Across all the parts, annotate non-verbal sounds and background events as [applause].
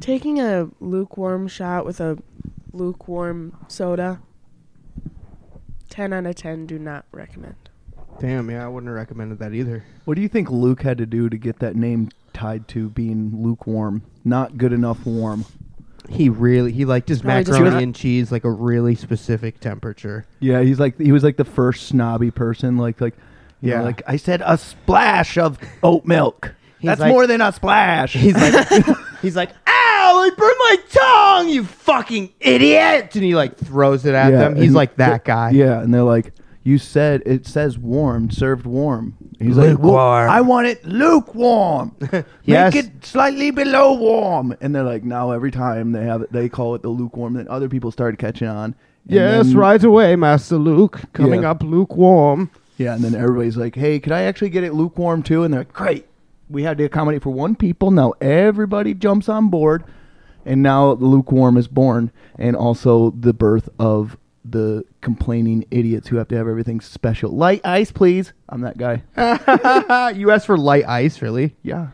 Taking a lukewarm shot with a lukewarm soda. Ten out of ten. Do not recommend. Damn, yeah, I wouldn't have recommended that either. What do you think Luke had to do to get that name tied to being lukewarm? Not good enough warm. He really he liked his Probably just macaroni not- and cheese like a really specific temperature. Yeah, he's like he was like the first snobby person. Like like you know, Yeah. like I said, a splash of oat milk. He's That's like- more than a splash. [laughs] He's [laughs] like he's like, "Ow, I burned my tongue, you fucking idiot!" And he like throws it at Yeah, them. He's and- like that guy. Yeah, and they're like, you said it says warm, served warm. He's like, well, Lukewarm. I want [laughs] it lukewarm. Yes. Make it slightly below warm. And they're like, now every time they have it, they call it the lukewarm. Then other people started catching on. And Yes, then- right away, Master Luke. Coming Yeah. up lukewarm. Yeah, and then everybody's like, hey, could I actually get it lukewarm too? And they're like, great. We had to accommodate for one people. Now everybody jumps on board. And now lukewarm is born. And also the birth of the complaining idiots who have to have everything special. Light ice, please. I'm that guy. [laughs] [laughs] you asked for light ice, really? Yeah.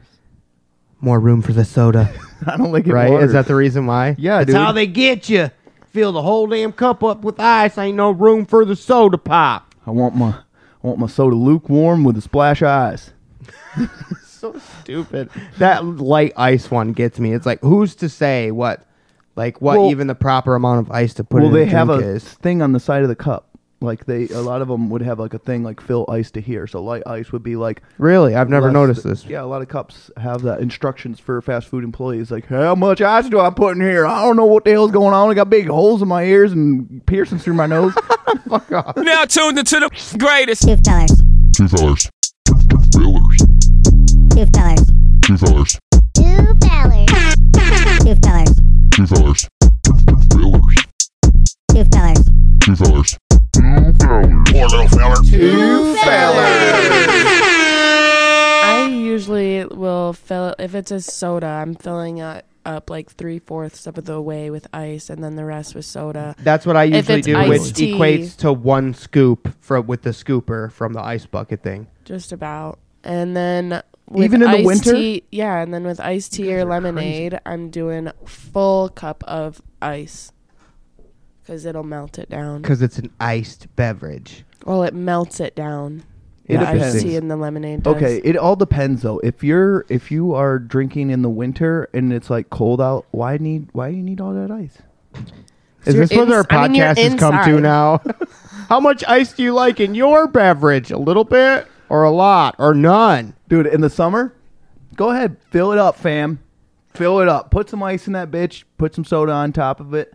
More room for the [laughs] soda, I don't like it. right? watered. Is that the reason why? Yeah, that's dude. how they get you. Fill the whole damn cup up with ice. Ain't no room for the soda pop. I want my I want my soda lukewarm with a splash of ice. So stupid. That light ice one gets me. It's like who's to say what, like what Well- even the proper amount of ice to put well, in they a have drink a is. thing on the side of the cup. Like they, a lot of them would have like a thing like fill ice to here. So light ice would be like Really, I've never less noticed th- this. Yeah, a lot of cups have that instructions for fast food employees. Like, how much ice do I put in here? I don't know what the hell's going on. I got big holes in my ears and piercings through my [laughs] nose. Now tuned into the greatest. Two fellers. Two fellers. Two, two fellers. Two fellers. Two fellers. Two fellers. Two fellers. Two fellers. Two, two fellers. Two fellers. Two fellers. Two fellers. Poor little feller. I usually will fill if it's a soda. I'm filling it up like three fourths of the way with ice, and then the rest with soda. That's what I If usually it's do, iced which tea. equates to one scoop from with the scooper from the ice bucket thing. just about. And then with Even in the iced winter? tea- yeah. And then with iced tea or lemonade, I'm doing full cup of ice because it'll melt it down. because it's an iced beverage. Well, it melts it down. It the depends. iced tea and the lemonade. Does. okay, it all depends though. If you're if you are drinking in the winter and it's like cold out, why need why do you need all that ice? Is you're this what our ins- I mean, you're podcast has come to inside. [laughs] now? How much ice do you like in your beverage? A little bit, or a lot, or none? Dude, in the summer, go ahead, fill it up, fam. Fill it up. Put some ice in that bitch. Put some soda on top of it.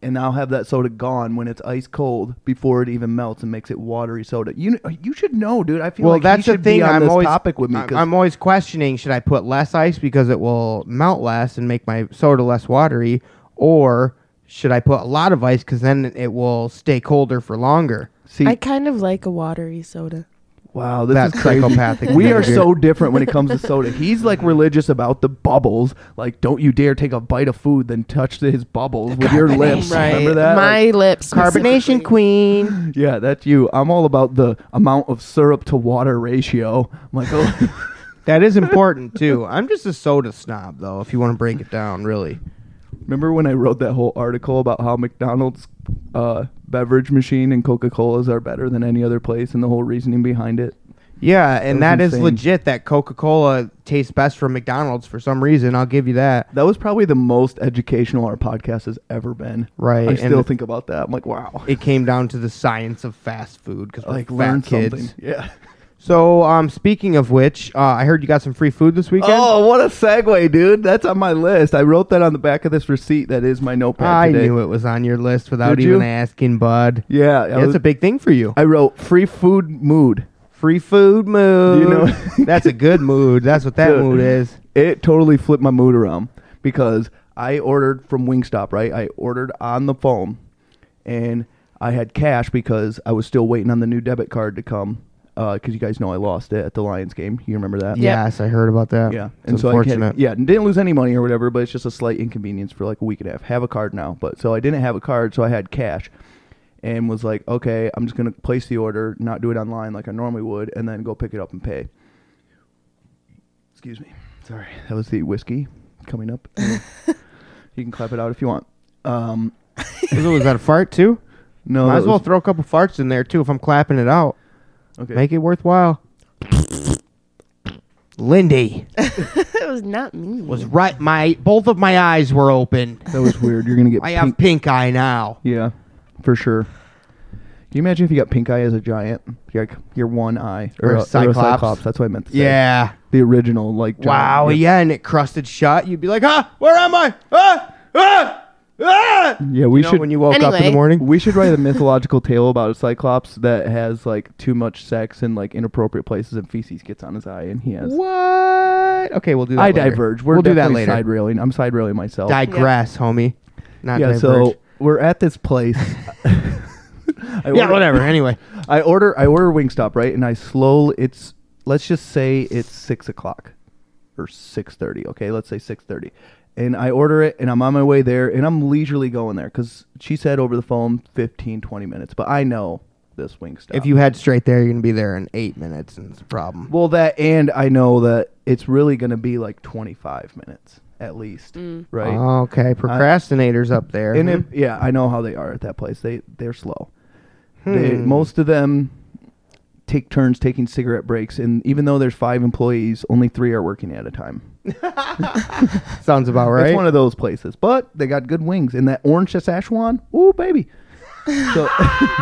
And I'll have that soda gone when it's ice cold before it even melts and makes it watery soda. You kn- you should know, dude. I feel well, like that's he the should thing. be on I'm this always topic with me I- 'cause I'm always questioning: should I put less ice because it will melt less and make my soda less watery, or should I put a lot of ice because then it will stay colder for longer? see, I kind of like a watery soda. wow, this That's is crazy. psychopathic. We are behavior. so different when it comes to soda. He's [laughs] like religious about the bubbles. Like, don't you dare take a bite of food, then touch the- his bubbles with your lips. Remember that? Like- My lips. specifically. carbonation queen. Yeah, that's you. I'm all about the amount of syrup to water ratio. I'm like, [laughs] oh, [laughs] That is important too. I'm just a soda snob, though. If you want to break it down, really. remember when I wrote that whole article about how McDonald's uh, beverage machine and Coca Cola's are better than any other place, and the whole reasoning behind it? Yeah, and That that was is insane. legit. That Coca Cola tastes best from McDonald's for some reason. I'll give you that. That was probably the most educational our podcast has ever been. Right, I and still it- think about that. I'm like, wow. It came down to the science of fast food because like Like, learn fat kids. something. Yeah. So, um, speaking of which, uh, I heard you got some free food this weekend. [laughs] Oh, what a segue, dude. That's on my list. I wrote that on the back of this receipt that is my notepad I today. knew it was on your list without Did even you? asking, bud. Yeah. I That's was- a big thing for you. I wrote free food mood. Free food mood. You know- [laughs] that's a good mood. That's what that [laughs] Dude. mood is. it totally flipped my mood around because I ordered from Wingstop, right? I ordered on the phone and I had cash because I was still waiting on the new debit card to come because you guys know I lost it at the Lions game. You remember that? Yes, I heard about that. Yeah. it's I can't- unfortunate. yeah, and didn't lose any money or whatever, but it's just a slight inconvenience for like a week and a half. Have a card now. But so I didn't have a card, so I had cash and was like, okay, I'm just going to place the order, not do it online like I normally would, and then go pick it up and pay. [laughs] Excuse me. Sorry. That was the whiskey coming up. You can clap it out if you want. Um, [laughs] was that a fart too? no, Might Oh, that as well was- throw a couple farts in there too if I'm clapping it out. okay. Make it worthwhile. Lindy That was not me. was right. My both of my eyes were open. that was weird. You're gonna get I pink. have pink eye now. yeah, for sure. Can you imagine if you got pink eye as a giant? You're like your one eye Or a cyclops. That's what I meant. To say. Yeah. the original like. Giant. Wow. Yep. Yeah, and it crusted shut. You'd be like, ah, where am I? Ah, ah, ah. Yeah, we You know, should. when you woke up in the Anyway. morning. we should write a mythological tale about a cyclops that has like too much sex in like inappropriate places, and feces gets on his eye, and he has. What? Okay, we'll do that. I later. diverge. We're we'll do that definitely later. Side railing. I'm side railing myself. Digress, homie. Not yeah. diverge. So we're at this place. [laughs] yeah, I order- [laughs] whatever. Anyway, I order. I order Wingstop, right? And I slowly. It's let's just say it's six o'clock, or six thirty. Okay, let's say six thirty. And I order it, and I'm on my way there, and I'm leisurely going there because she said over the phone 15, 20 minutes. But I know this Wingstop. if you head straight there, you're gonna be there in eight minutes, and it's a problem. Well, that and I know that it's really going to be like 25 minutes at least, right? Oh. Uh, Okay, procrastinators up there. and if, yeah, I know how they are at that place. They they're slow. They, Hmm. most of them take turns taking cigarette breaks, and even though there's five employees, only three are working at a time. [laughs] Sounds about right. It's one of those places, but they got good wings. And that orange Szechuan, ooh baby. So,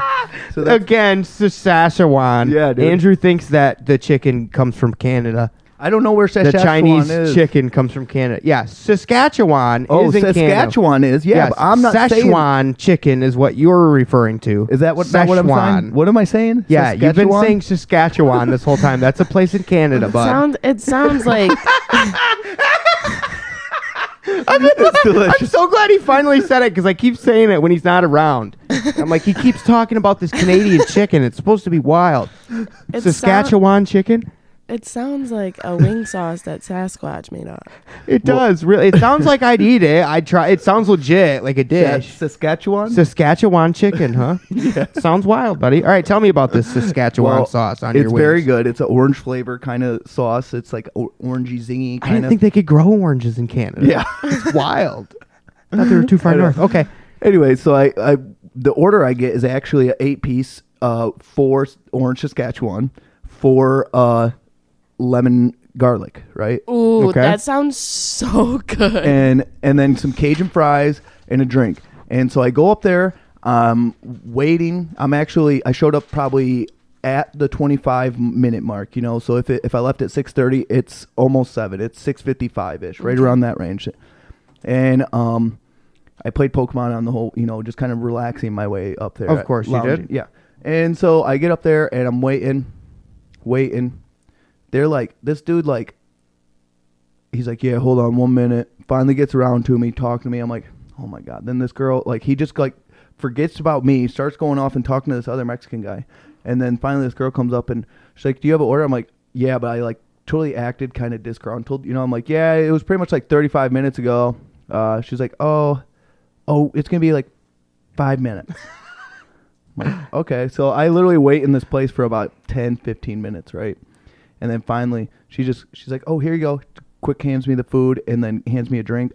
[laughs] so that's, Again, Saskatchewan. Yeah, dude. Andrew thinks that the chicken comes from Canada. I don't know where The Szechuan Chinese is. chicken comes from Canada. Yeah, Saskatchewan Oh, is in Canada. Saskatchewan is yeah. yes, but I'm not saying Szechuan chicken is what you're referring to. Is that what, not what I'm Szechuan. saying? What am I saying? Yeah, you've been Saskatchewan? [laughs] saying Saskatchewan this whole time. That's a place in Canada, bud. Sounds. It [laughs] sounds like It's I'm delicious. so glad he finally said it because I keep saying it when he's not around. I'm like, he keeps talking about this [laughs] Canadian chicken. It's supposed to be wild. it sound- Saskatchewan chicken? it sounds like a wing sauce that Sasquatch made up. It does really. It sounds like I'd eat it. I'd try. It sounds legit, like a That's dish. Saskatchewan. [laughs] Saskatchewan chicken, [laughs] huh? yeah. Sounds wild, buddy. All right, tell me about this Saskatchewan Well, sauce on it's your wings. very good. It's an orange flavor kind of sauce. It's like o- orangey zingy I kind didn't of. think they could grow oranges in Canada. yeah. [laughs] [laughs] it's wild. I thought they were too far north. Okay, anyway, so I, I the order I get is actually an eight piece, uh, four s- orange Saskatchewan, four uh, lemon garlic, right? Ooh, Okay. that sounds so good. [laughs] and and then some Cajun fries and a drink. And so I go up there. I'm waiting. I'm actually I showed up probably at the 25 minute mark. You know, so if it, if I left at 6:30, it's almost seven. It's 6:55 ish, Mm-hmm. right around that range. And um, I played Pokemon on the whole. You know, just kind of relaxing my way up there. Of course you did. Lounging. Yeah. And so I get up there and I'm waiting, waiting. They're like this dude like he's like, yeah, hold on one minute. Finally gets around to me, talking to me. I'm like, oh my god. Then this girl, like, he just like forgets about me, starts going off and talking to this other Mexican guy, and then finally this girl comes up and she's like, do you have an order? I'm like, yeah, but I like totally acted kind of disgruntled. You know, I'm like, yeah, it was pretty much like 35 minutes ago. Uh, she's like, oh, oh, it's gonna be like five minutes. I'm like, okay, so I literally wait in this place for about 10, 15 minutes, right? And then finally, she just she's like, "Oh, here you go." Quick hands me the food and then hands me a drink.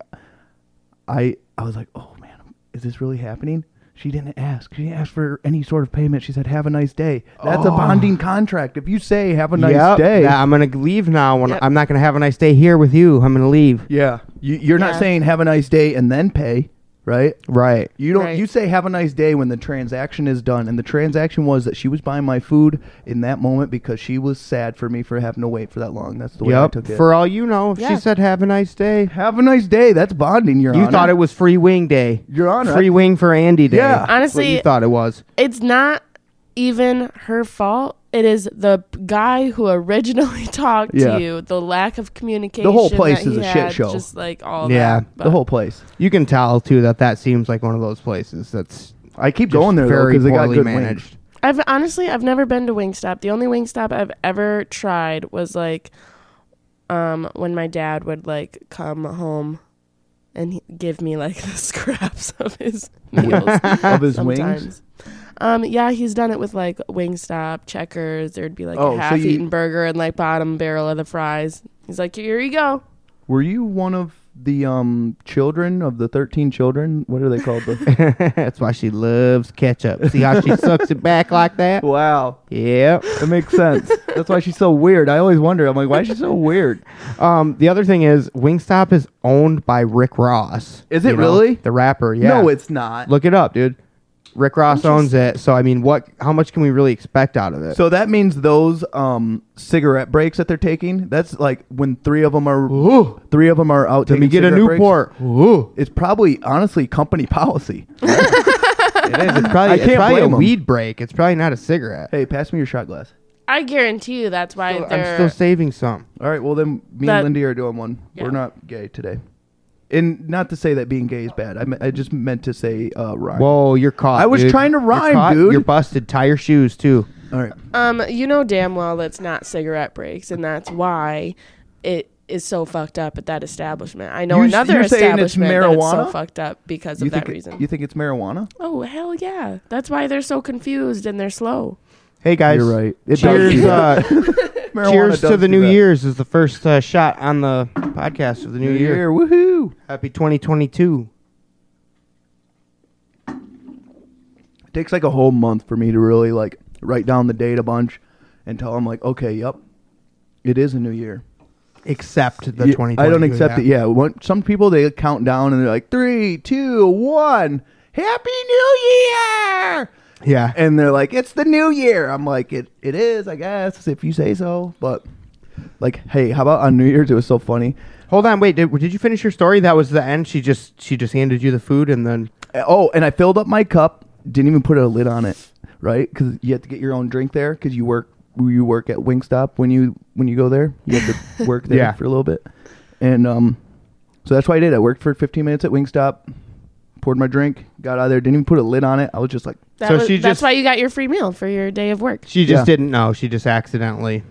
I I was like, "Oh man, is this really happening?" She didn't ask. She didn't ask for any sort of payment. She said, "Have a nice day." That's a bonding contract. If you say, "Have a nice Yep. day," Yeah, I'm gonna leave now. When Yep. I'm not gonna have a nice day here with you. I'm gonna leave. yeah, you, you're not Yeah. saying "Have a nice day" and then pay, right? Right. You don't. Right. You say "Have a nice day" when the transaction is done, and the transaction was that she was buying my food in that moment because she was sad for me for having to wait for that long. That's the way I Yep. took it. For all you know, if she Yeah. said, "Have a nice day." Have a nice day. That's bonding, Your You Honor. thought it was free wing day. Your Honor, Free I- wing for Andy day. Yeah. That's what you Honestly- thought it was. it's not even her fault. It is the guy who originally [laughs] talked Yeah. to you. The lack of communication. place that is he a shit had, show. Just like all that. Yeah, the but- the whole place. You can tell too that that seems like one of those places that's I keep going there though very because they got poorly good managed. wings. I've honestly I've never been to Wingstop. The only Wingstop I've ever tried was like um when my dad would like come home and he- give me like [laughs] the scraps of his meals of his wings. sometimes. Um yeah, he's done it with like Wingstop, Checkers, there'd be like Oh, so a you- half-eaten burger and like bottom barrel of the fries. He's like, "Here you go." Were you one of the um children of the thirteen children? What are they called? The- [laughs] That's why she loves ketchup. See how she sucks it back like that? wow, Yep. that makes sense. [laughs] That's why she's so weird. I always wonder. I'm like, why is she so weird? Um, the other thing is Wingstop is owned by Rick Ross. Is it really? The rapper, yeah. No, it's not. look it up, dude. Rick Ross owns it, so I mean, what? How much can we really expect out of it? So that means those um, cigarette breaks that they're taking. That's like when three of them are three of them are out. let me get a Newport. Ooh. It's probably honestly company [laughs] policy. It is. It's probably, I it's can't probably blame a 'em. weed break. It's probably not a cigarette. [laughs] Hey, pass me your shot glass. I guarantee you that's why I'm they're. still saving some. All right. Well, then me That- and Lindy are doing one. Yeah. We're not gay today, and not to say that being gay is bad. I, me- I just meant to say uh, rhyme. Whoa, you're caught. I was dude. trying to You're rhyme, caught, dude. You're busted. Tie your shoes too. All right. um, you know damn well that's not cigarette breaks, and that's why it is so fucked up at that establishment. I know You s- another you're saying it's establishment that it's so marijuana? fucked up because You of that think reason. It, you think it's marijuana? oh hell yeah! That's why they're so confused and they're slow. Hey guys, You're right. It does cheers. do Uh, [laughs] Marijuana cheers to does the do New that. Year's is the first uh, shot on the podcast of the New, New year. year. Woohoo! Happy 2022. It takes like a whole month for me to really like write down the date a bunch until I'm like, okay, yep, it is a new year. Except the Yeah, 2022. I don't accept it. Yeah, when, some people they count down and they're like three, two, one, happy new year, Yeah. and they're like, it's the new year. I'm like, it it is, I guess, if you say so. But like, hey, how about on New Year's? It was so funny. Hold on, wait. Did, did you finish your story? That was the end. She just she just handed you the food and then Oh, and I filled up my cup. Didn't even put a lid on it, right? Because you have to get your own drink there. Because you work you work at Wingstop when you when you go there. You have to [laughs] work there Yeah. for a little bit, and um, so that's what I did. I worked for 15 minutes at Wingstop, poured my drink, got out of there. Didn't even put a lid on it. I was just like, That So was, she that's just- why you got your free meal for your day of work. she just Yeah. didn't know. She just accidentally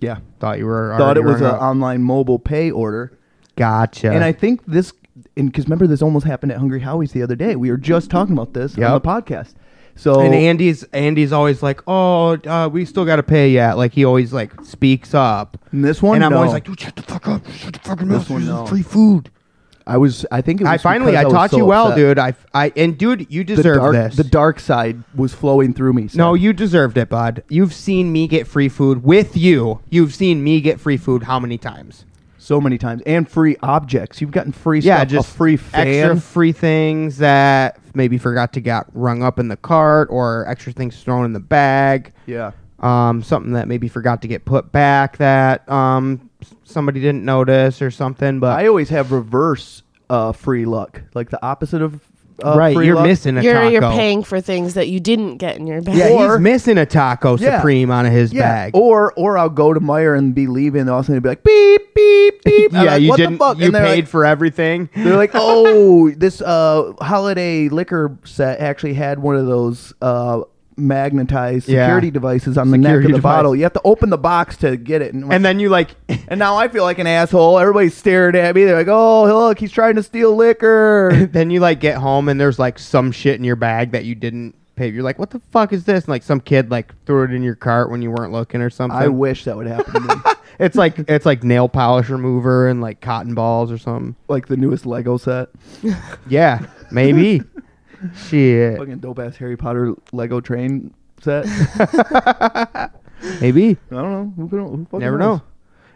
yeah. thought you were. Thought already it was rung an up. online mobile pay order, Gotcha. and I think this, and because remember this almost happened at Hungry Howie's the other day. We were just talking about this on the Yep. podcast. So And Andy's Andy's always like, oh, uh, we still got to pay yet. Like he always like speaks up. And this one, and I'm no. always like, dude, shut the fuck up, shut the fucking mouth. one, This no. is free food. I was, I think it was I finally, I because was taught so you well, upset. dude. I, I, and dude, you the deserve dark, this. the dark side was flowing through me. so- No, you deserved it, bud. You've seen me get free food with you. You've seen me get free food how many times? so many times, and free objects. You've gotten free Yeah, stuff, just a free fan. extra free things that maybe forgot to got rung up in the cart or extra things thrown in the bag. yeah, Um, something that maybe forgot to get put back that um s- somebody didn't notice or something. But I always have reverse uh, free luck, like the opposite of uh, right, free you're luck. missing a You're taco. you're paying for things that you didn't get in your bag. yeah, Or- he's missing a taco Yeah. supreme out of his Yeah, bag. or or I'll go to Meyer and be leaving, and all of a sudden it'll be like beep beep beep. [laughs] I'm yeah, like, you what didn't. The fuck? You and they're paid like, for everything. [laughs] They're like, oh, this uh, holiday liquor set actually had one of those uh, magnetized Yeah. security devices on the neck Security of the device. bottle. You have to open the box to get it. And, And then you like [laughs] and now I feel like an asshole. Everybody's staring at me. They're like, oh, look, he's trying to steal [laughs] liquor. then you like get home and there's like some shit in your bag that you didn't pay. You're like, what the fuck is this? And like some kid like threw it in your cart when you weren't looking or something. I wish that would happen to me. [laughs] it's like it's like nail polish remover and like cotton balls or something. like the newest Lego set. Yeah, [laughs] maybe. shit, Fucking dope ass Harry Potter Lego train [laughs] set. maybe. I don't know. Who, who fucking Never knows? know.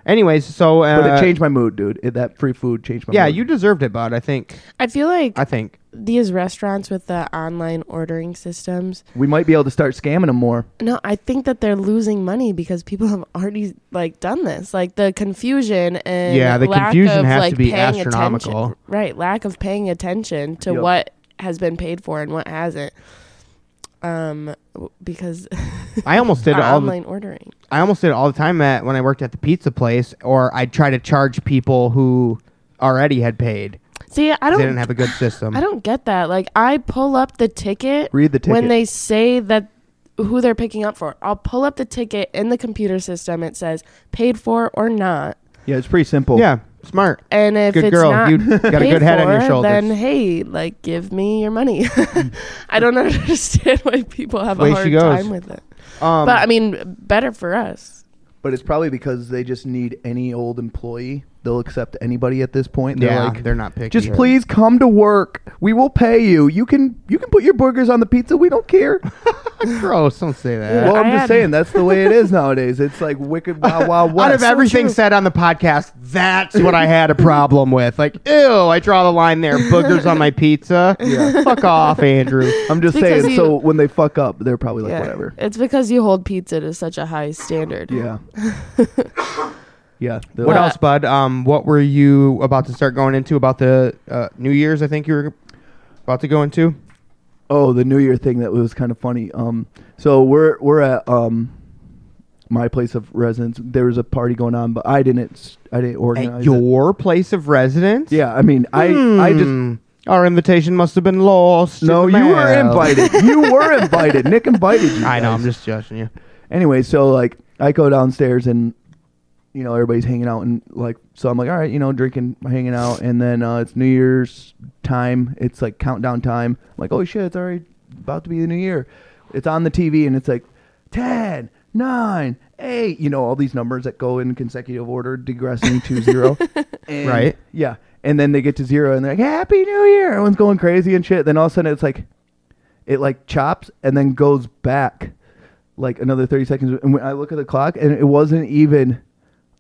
Anyways, so uh, But it changed my mood, dude. It, that free food changed my Yeah, mood. you deserved it, bud. I think. I feel like I think. these restaurants with the online ordering systems. We might be able to start scamming them more. No, I think that they're losing money because people have already like done this. Like the confusion and Yeah, the lack confusion of, has like, to be paying astronomical. attention- Right, lack of paying attention to Yep. what has been paid for and what hasn't. Um, w- because [laughs] I [laughs] almost did it all. The, online ordering. I almost did it all the time at when I worked at the pizza place, or I'd try to charge people who already had paid. See, I They don't didn't have a good system. I don't get that. Like I pull up the ticket. Read the ticket. When they say that who they're picking up for, I'll pull up the ticket in the computer system. It says paid for or not. Yeah, it's pretty simple. Yeah, smart. And if Good it's girl. not [laughs] You got a paid good head on your for, shoulders. then hey, like give me your money. [laughs] I don't understand why people have Way a she hard goes. time with it. Um, but I mean, better for us. But it's probably because they just need any old employee They'll accept anybody at this point. They're Yeah, like, they're not picky. Just please come to work. We will pay you. You can you can put your burgers on the pizza. We [laughs] don't care. Gross. Don't say that. well, I I'm just had- saying that's the way it is nowadays. It's like [laughs] wicked wild wild west. out of everything said on the podcast, that's what I had a problem with. Like, ew, I draw the line there. Boogers on my pizza. Fuck off, [laughs] Andrew. I'm just Because saying. you- so when they fuck up, they're probably like Yeah. whatever. [laughs] It's because you hold pizza to such a high standard. [laughs] Yeah. yeah. uh, they're What like- else, bud? Um, what were you about to start going into about the uh, New Year's? I think you were about to go into. Oh, the New Year thing that was kind of funny. Um, so we're we're at um, my place of residence. There was a party going on, but I didn't s- I didn't organize. At it. your place of residence. yeah, I mean, I I just Hmm. Our invitation must have been lost. in no. the You were mail. invited. you were invited. Nick invited you. I know. I'm guys. just judging you. Anyway, so like I go downstairs and you know everybody's hanging out and like so I'm like all right, you know, drinking, hanging out, and then uh, it's New Year's time. It's like countdown time. I'm like, oh shit, it's already about to be the new year. It's on the TV and it's like 10, 9, 8, you know, all these numbers that go in consecutive order digressing to 0. And- Right. Yeah. And then they get to 0 and they're like, "Happy New Year." Everyone's going crazy and shit. Then all of a sudden it's like it like chops and then goes back like another 30 seconds and when i look at the clock and it wasn't even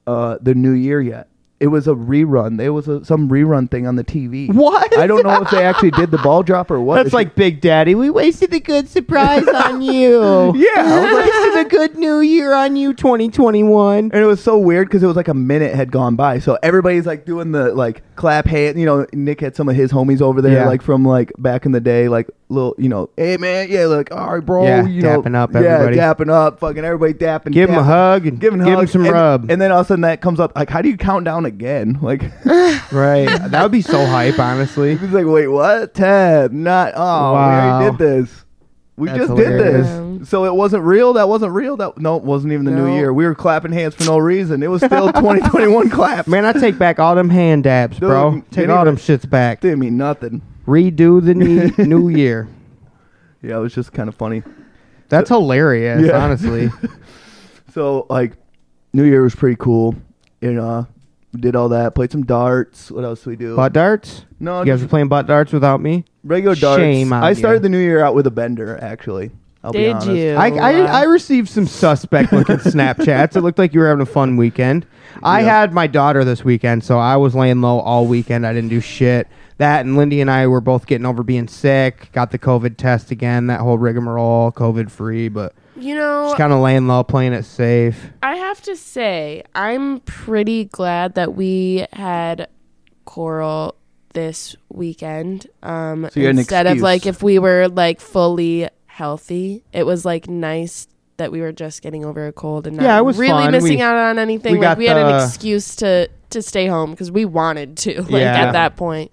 uh, the new year yet it was a rerun there was a, some rerun thing on the tv What? i don't know if they actually did the ball drop or [laughs] what That's like Big Daddy. We wasted a good [laughs] surprise on you. yeah I was like- Wasted a good New Year on you, 2021. and it was so weird because it was like a minute had gone by so everybody's like doing the like clap hand you know nick had some of his homies over there Yeah. like from like back in the day like little you know hey man yeah like all right bro Yeah, you know dapping up everybody. yeah dapping up fucking everybody dapping Give him a dapping. hug and give him, hugs, some and, rub. and then all of a sudden that comes up like how do you count down again [laughs] like [laughs] he's right. That would be so hype, honestly. like wait what tab not oh we Wow. already did this we That's just hilarious. did this so it wasn't real that wasn't real that no it wasn't even the new No. year we were clapping hands for no reason it was still [laughs] 2021 clap Man, I take back all them hand dabs, Dude, bro. Take didn't all even- them shits back. didn't mean nothing Redo the [laughs] knee, New Year. yeah it was just kind of funny That's hilarious, Yeah. [laughs] honestly. so like new year was pretty cool and uh we did all that played some darts what else did we do Butt darts? No, You guys just- were playing butt darts without me? regular darts Shame on i you. started the new year out with a bender actually I'll be Did honest. you? I, I, Wow. I received some suspect [laughs] looking Snapchats. It looked like you were having a fun weekend. I had my daughter this weekend, so I was laying low all weekend. I didn't do shit. That and Lindy and I were both getting over being sick. Got the COVID test again. That whole rigmarole, COVID free, but You know, just kind of laying low, playing it safe. I have to say, I'm pretty glad that we had choral this weekend. Um, you had an instead of excuse. like if we were like fully healthy, it was like nice that we were just getting over a cold and not Yeah, it was really fun. missing We- out on anything. we got like we had the- an excuse to to stay home because we wanted to. [laughs] Like Yeah. at that point,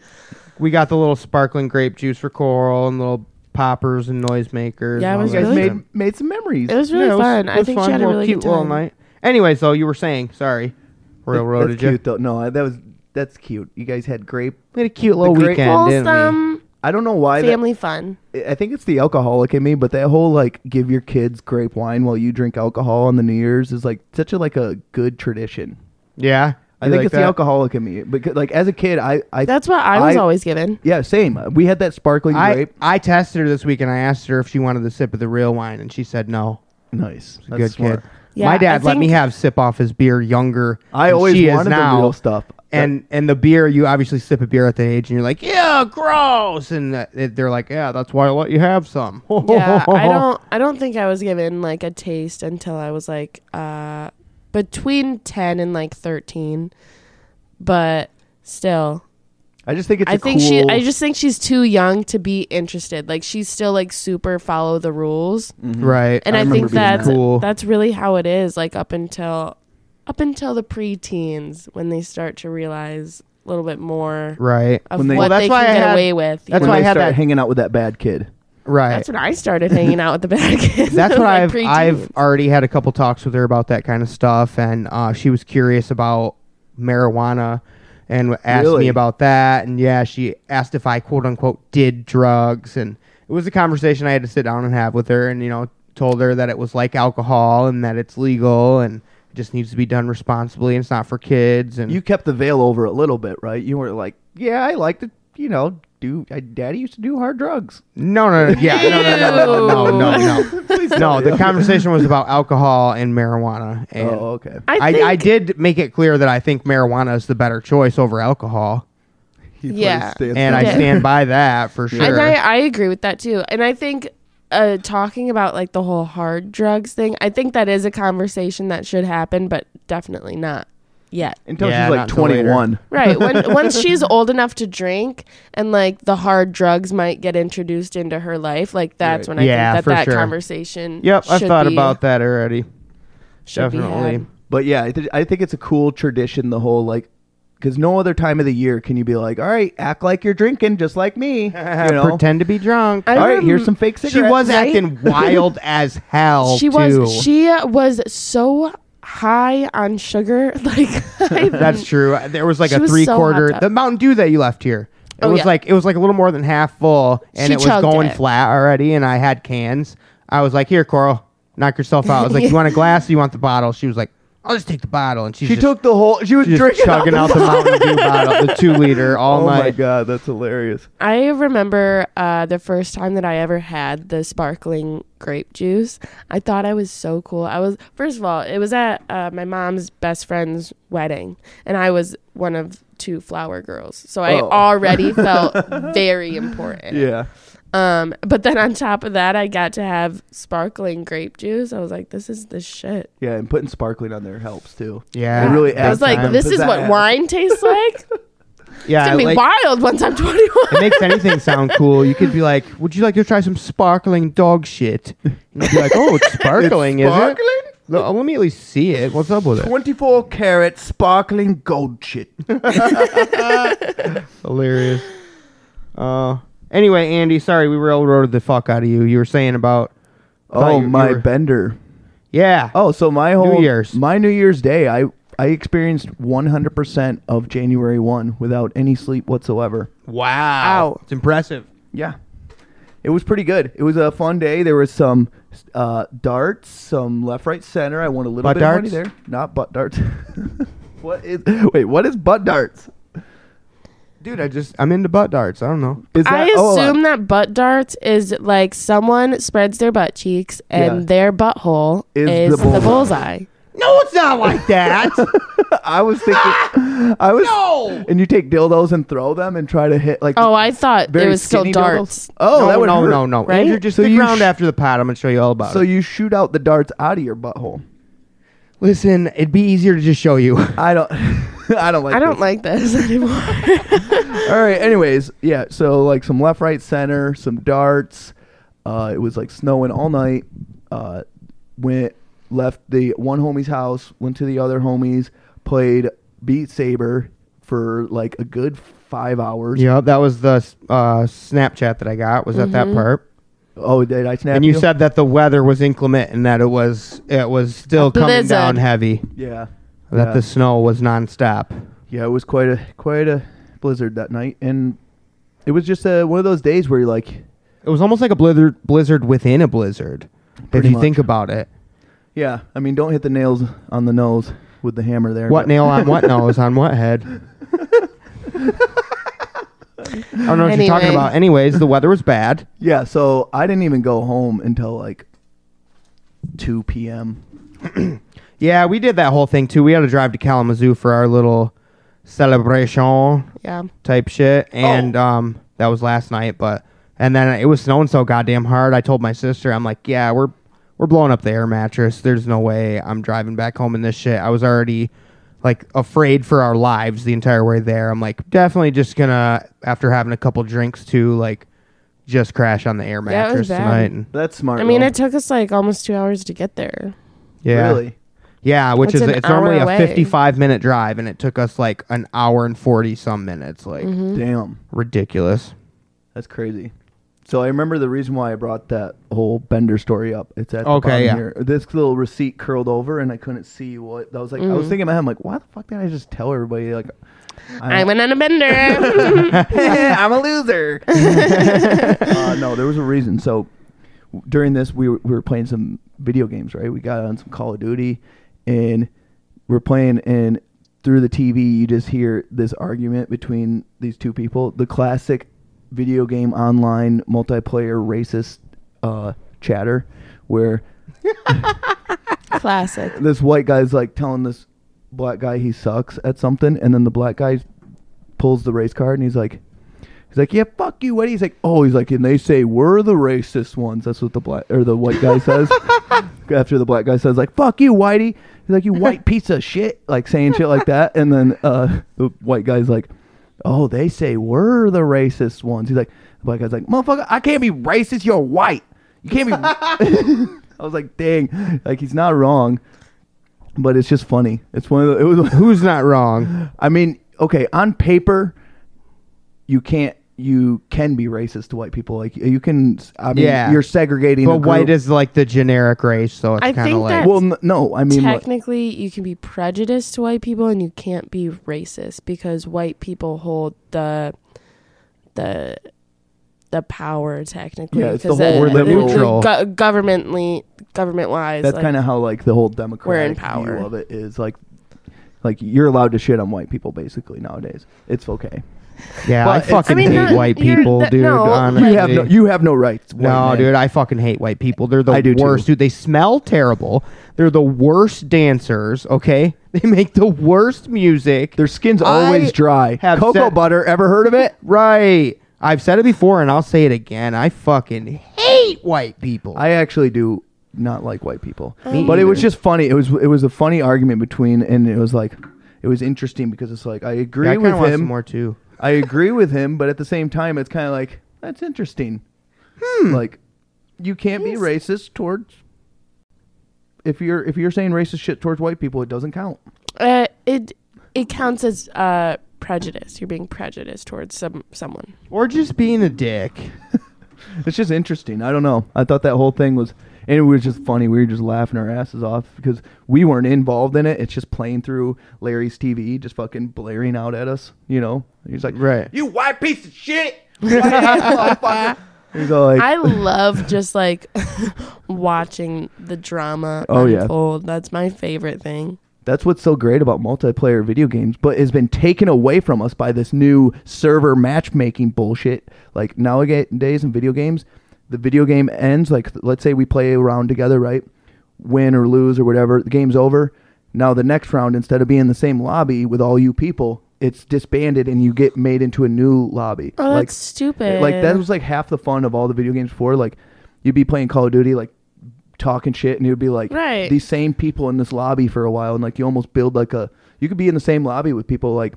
We got the little sparkling grape juice for Coral and little poppers and noisemakers. Yeah, it and all was that really stuff. made made some memories. it was really Yeah, it was- fun. it I was think fun. she had a Little really cute good little time. night. Anyways, though, you were saying, sorry, railroaded That's you. cute though. No, I- that was that's cute. You guys had grape. We had a cute little great- weekend, didn't we? Wholesome I don't know why. that- family fun. I think it's the alcoholic in me, but that whole like give your kids grape wine while you drink alcohol on the New Year's is like such a like a good tradition. Yeah, I you think like it's that? the alcoholic in me because like as a kid, I I That's what I was I- always given. yeah same. We had that sparkling I, grape. I tested her this week and I asked her if she wanted a sip of the real wine and she said no. Nice, that's Good smart. kid. Yeah, My dad I let me think- have sip off his beer younger. I than always she is wanted the now. real stuff. And and the beer, you obviously sip a beer at that age, and you're like, yeah, gross. And uh, it- they're like, yeah, that's why I let you have some. yeah, [laughs] I don't. I don't think I was given like a taste until I was like uh, between ten and like thirteen, but still, I just think it's. I a think cool, she. I just think she's too young to be interested. Like she's still like super follow the rules, Right. and I, Mm, remember think being that's cool. that's really how it is. Like up until up until the preteens when they start to realize a little bit more right. of When they- what Well, that's they why can I get had- away with. you know? that's when why I they had start that- hanging out with that bad kid. Right. That's when I started hanging out with the [laughs] bad kids. That's what like I've preteens. I've already had a couple talks with her about that kind of stuff, and uh, she was curious about marijuana and asked Really? me about that, and yeah, she asked if I quote unquote did drugs, and it was a conversation I had to sit down and have with her, and you know told her that it was like alcohol and that it's legal and just needs to be done responsibly, and it's not for kids. And You kept the veil over a little bit, right? You were like, yeah, I like to, you know, do. I, Daddy used to do hard drugs. [laughs] no, no, no, yeah, no, no, no, no, no, no, no. Please No, tell me. the conversation was about alcohol and marijuana. And Oh, okay. I I, think I did make it clear that I think marijuana is the better choice over alcohol, He Yeah. plays stand- and I did. stand by that for sure. And I, I agree with that too. And I think uh, talking about like the whole hard drugs thing, I think that is a conversation that should happen, but definitely not [laughs] yet. until Yeah, she's not like until later. 21. Right. When, once she's old enough to drink and like the hard drugs might get introduced into her life, like that's when I Yeah, think for that that sure. conversation. yep, I've should thought be- about that already. should be Definitely. had. But yeah, I, th- I think it's a cool tradition. The whole like, because no other time of the year can you be like, all right, act like you're drinking, just [laughs] like me. You know? Pretend to be drunk. I All right, rem- here's some fake cigarettes. she was Right? [laughs] acting wild as hell. She too. was. She uh, was so high on sugar. [laughs] Like I- [laughs] That's true. Uh, There was like She a was so three quarter hopped up. the Mountain Dew that you left here. It Oh, was yeah. like it was like a little more than half full, and She it was chugged going it. flat already. And I had cans. I was like, "Here, Coral, knock yourself out." [laughs] I was like, "You want a glass? Or you want the bottle?" She was like, "I'll just take the bottle." And she She just, took the whole. She was she just drinking. out chugging the- out [laughs] the Mountain Dew bottle, the two [laughs] liter, all Oh my night. god, that's hilarious. I remember uh, the first time that I ever had the sparkling grape juice. I thought I was so cool. I was first of all, it was at uh, my mom's best friend's wedding, and I was one of two flower girls, so I Oh. [laughs] already felt very important. Yeah. Um, but then on top of that, I got to have sparkling grape juice. I was like, this is the shit. Yeah, and putting sparkling on there helps too. Yeah, It really I adds was like, time. this is what Pizzazz. wine tastes like. It's [laughs] yeah. gonna be like- wild once I'm 21. [laughs] it makes anything sound cool. You could be like, "Would you like to try some sparkling dog shit?" And you'd be like, "Oh, [laughs] it's sparkling, is Sparkling? it?" No, let me at least see it. What's up with it? 24 carat sparkling gold shit. [laughs] Hilarious. Uh, anyway, Andy, sorry we railroaded the fuck out of you. You were saying about thought Oh, you- you my were- bender. yeah. Oh, so my whole Year's. my New Year's Day, I I experienced 100% of January 1 without any sleep whatsoever. wow, it's impressive. Yeah. It was pretty good. It was a fun day. There was some uh, darts, some left, right, center. I won a little Butt bit darts? of money there. Not butt darts. [laughs] what is? Wait, what is butt darts? Dude, I just I'm into butt darts. I don't know. Is I oh, uh, [laughs] assume that butt darts is like someone spreads their butt cheeks and Yeah. their butthole Is is, the the, bullseye. No, it's not like that. [laughs] I was thinking. I was. No! And you take dildos and throw them and try to hit like. Oh, I thought very it was still skinny dildos? darts. Oh, no, that would no, hurt. no, no. right? Andrew, just So stick you around sh- after the pot. I'm gonna show you all about So it. you shoot out the darts out of your butthole. Listen, it'd be easier to just show you. [laughs] I don't. [laughs] I don't like. I don't this. like this [laughs] anymore. All right. Anyways, yeah. So like some left, right, center, some darts. Uh, it was like snowing all night. Uh, went left the one homie's house, went to the other homie's, played Beat Saber for like a good five hours. Yeah, that was the uh, Snapchat that I got. Was at that part, Oh, did I snap? and Mm-hmm. you said that the weather was inclement and that it was it was still coming blizzard. down heavy. Yeah. That yeah. the snow was nonstop. Yeah, it was quite a quite a blizzard that night, and it was just uh one of those days where you're like, It was almost like a blizzard blizzard within a blizzard. Pretty if you much. think about it, yeah, I mean, don't hit the nails on the nose with the hammer there. [laughs] what but- nail on what nose on what head? [laughs] I don't know what you're talking Anyway. about. Anyways, the weather was bad. Yeah, so I didn't even go home until like two p.m. Yeah, we did that whole thing too. We had to drive to Kalamazoo for our little celebration yeah. type shit, Oh. and um, that was last night. But and then it was snowing so goddamn hard. I told my sister, I'm like, yeah, we're we're blowing up the air mattress. There's no way I'm driving back home in this shit. I was already like afraid for our lives the entire way there. I'm like, definitely just gonna after having a couple drinks too, like just crash on the air Yeah, it mattress was bad. tonight. And, That's smart. I mean, though. it took us like almost two hours to get there. yeah, really. yeah, which That's is an it's normally hour a away. 55 minute drive, and it took us like an hour and 40 some minutes. Like Mm-hmm. Mm-hmm. Damn, ridiculous. that's crazy. So I remember the reason why I brought that whole Bender story up. It's at the Okay, bottom yeah. here. This little receipt curled over, and I couldn't see what. I was like, I was thinking in my head, I'm like, why the fuck did I just tell everybody like Mm-hmm. I went on a bender. [laughs] I'm a loser. [laughs] uh, no, there was a reason. So w- during this, we were, we were playing some video games, right? We got on some Call of Duty, and we're playing and through the TV you just hear this argument between these two people. The classic video game online multiplayer racist uh, chatter where Classic. this white guy's like telling this black guy he sucks at something, and then the black guy pulls the race card and he's like, he's like, yeah, fuck you, What? He's like, oh, he's like, and they say we're the racist ones. That's what the black or the white guy says. After the black guy says like, fuck you, Whitey. He's like, you white piece of shit, like saying shit like that, and then uh, the white guy's like. Oh, they say we're the racist ones. He's like, the black guy's like, motherfucker, I can't be racist. You're white. You can't be. I was like, dang, like he's not wrong, but it's just funny. It's one of the, it was. [laughs] Who's not wrong? I mean, okay, on paper, you can't. You can be racist to white people. Like you can. I mean, Yeah. you're segregating. a But group. white is like the generic race, so it's I kind of think like that- well, n- no. I mean, like, Technically, you can be prejudiced to white people and you can't be racist because white people hold the the the power technically. Yeah, it's the because whole- we're neutral. go- governmentally, government wise. that's kind of how like the whole democratic power. view of it is like. Like you're allowed to shit on white people basically nowadays. It's okay. [laughs] yeah. I but- fucking I mean, hate not- white you're- people, that- dude. no, honestly. You have no, you have no rights. white No, man. dude, I fucking hate white people. They're the I do, too. worst, dude. They smell terrible. They're the worst dancers. Okay, [laughs] they make the worst music. Their skin's always I dry. have Cocoa said- butter. Ever heard of it? right. I've said it before, and I'll say it again. I fucking hate white people. I actually do not like white people. Oh. Me but it was either. just funny. It was it was a funny argument between, and it was like it was interesting because it's like I agree Yeah, I with kind of want him. some more too. I agree with him, but at the same time, it's kind of like that's interesting. Hmm. Like you can't be racist towards if you're if you're saying racist shit towards white people, it doesn't count. uh, it it counts as uh, prejudice. You're being prejudiced towards some someone. Or just being a dick. It's just interesting. I don't know. I thought that whole thing was, and it was just funny. We were just laughing our asses off because we weren't involved in it. It's just playing through Larry's TV, just fucking blaring out at us. You know, he's like, Right. you white piece of shit." White ass motherfucker." He's all like, [laughs] I love just like [laughs] watching the drama Oh, yeah. unfold. That's my favorite thing. "That's what's so great about multiplayer video games, but has been taken away from us by this new server matchmaking bullshit. Like nowadays in video games, the video game ends. Like, let's say we play a round together, right? win or lose or whatever, the game's over. Now the next round, instead of being in the same lobby with all you people, it's disbanded and you get made into a new lobby. Oh, that's stupid. Like that was like half the fun of all the video games before. Like you'd be playing Call of Duty, like talking shit, and it would be like Right. these same people in this lobby for a while, and like you almost build like a you could be in the same lobby with people like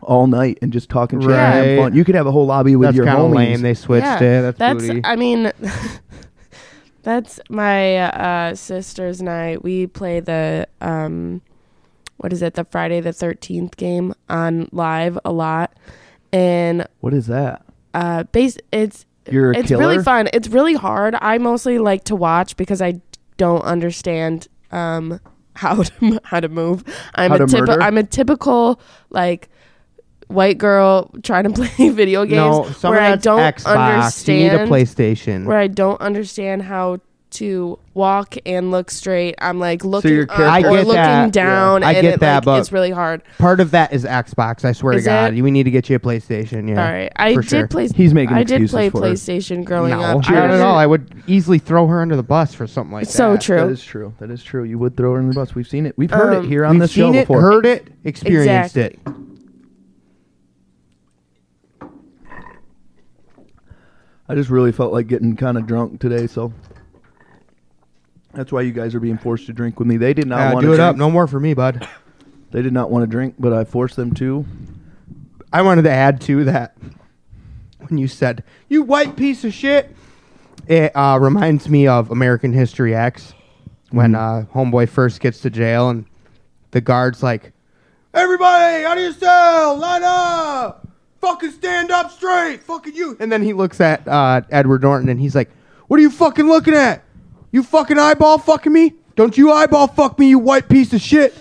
all night and just talking shit. And having Right. fun. You could have a whole lobby with That's your kind of homies. lame. They switched it. That's, booty. I mean, [laughs] that's my uh, sisters and I. We play the um, what is it? The Friday the Thirteenth game on live a lot, and what is that? uh, base it's You're a it's killer. really fun. It's really hard. I mostly like to watch because I don't understand um how to how to move. I'm How a to typi- murder? I'm a typical like white girl trying to [laughs] play video no, games some where I of that's don't Xbox. understand You need a PlayStation. where I don't understand how to walk and look straight. I'm like looking you're up careful. I or get looking that. down. Yeah. I and get it, that, like, but- it's really hard. Part of that is Xbox. I swear Is to God, it? we need to get you a PlayStation. Yeah. All right, I for did sure. play. He's making I did excuses play for her. PlayStation growing No, up. not I at remember- all. I would easily throw her under the bus for something like So that. true. That is true. That is true. You would throw her in the bus. We've seen it. We've heard Um, it here on We've this seen show it, before. heard it, experienced Exactly. it. I just really felt like getting kind of drunk today, so that's why you guys are being forced to drink with me. They did not Uh, want do to it drink. up. No more for me, bud. They did not want to drink, but I forced them to. I wanted to add to that when you said "you white piece of shit." It uh, reminds me of American History X when uh, homeboy first gets to jail and the guards like, "Everybody, out of your cell, line up, fucking stand up straight, fucking you." And then he looks at uh, Edward Norton and he's like, "What are you fucking looking at? You fucking eyeball fucking me? Don't you eyeball fuck me, you white piece of shit?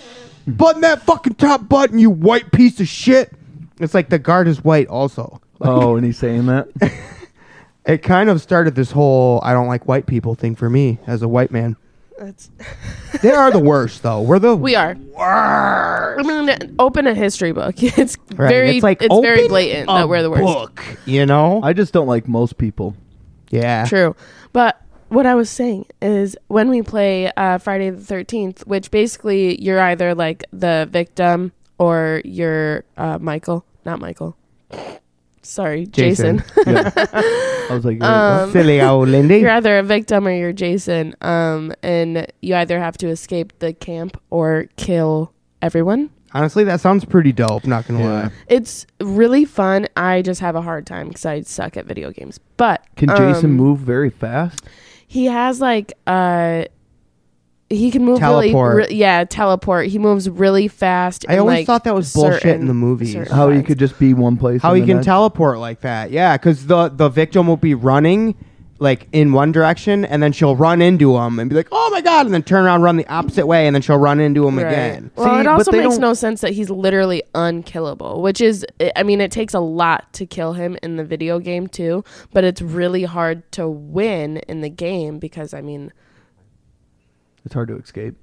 Button that fucking top button, you white piece of shit." It's like the guard is white also. Oh, and he's saying [laughs] that. It kind of started this whole I don't like white people thing for me as a white man. That's [laughs] They are the worst, though. We're the we are. I mean, open a history book. [laughs] It's Right, very, it's it's, like, very open blatant a that we're the worst. Um, book. You know? I just don't like most people. yeah. True. But what I was saying is when we play uh, Friday the 13th, which basically you're either like the victim or you're uh, Michael, not Michael. Sorry, Jason. Jason. I was like, Um, Silly old [laughs] Lindy. you're either a victim or you're Jason. Um, and you either have to escape the camp or kill everyone. Honestly, that sounds pretty dope. Not gonna Yeah. lie. It's really fun. I just have a hard time because I suck at video games. But can um, Jason move very fast? he has like uh he can move Teleport. really re- yeah teleport he moves really fast I in, always like, thought that was bullshit certain- in the movies. certain How he lines. could just be one place. How and he the can next. teleport like that? Yeah, because the the victim will be running like in one direction, and then she'll run into him and be like, "Oh my god!" and then turn around, run the opposite way, and then she'll run into him Right. again. well See, it but also they makes don't- no sense that he's literally unkillable which is i I mean it takes a lot to kill him in the video game too but it's really hard to win in the game because i mean It's hard to escape.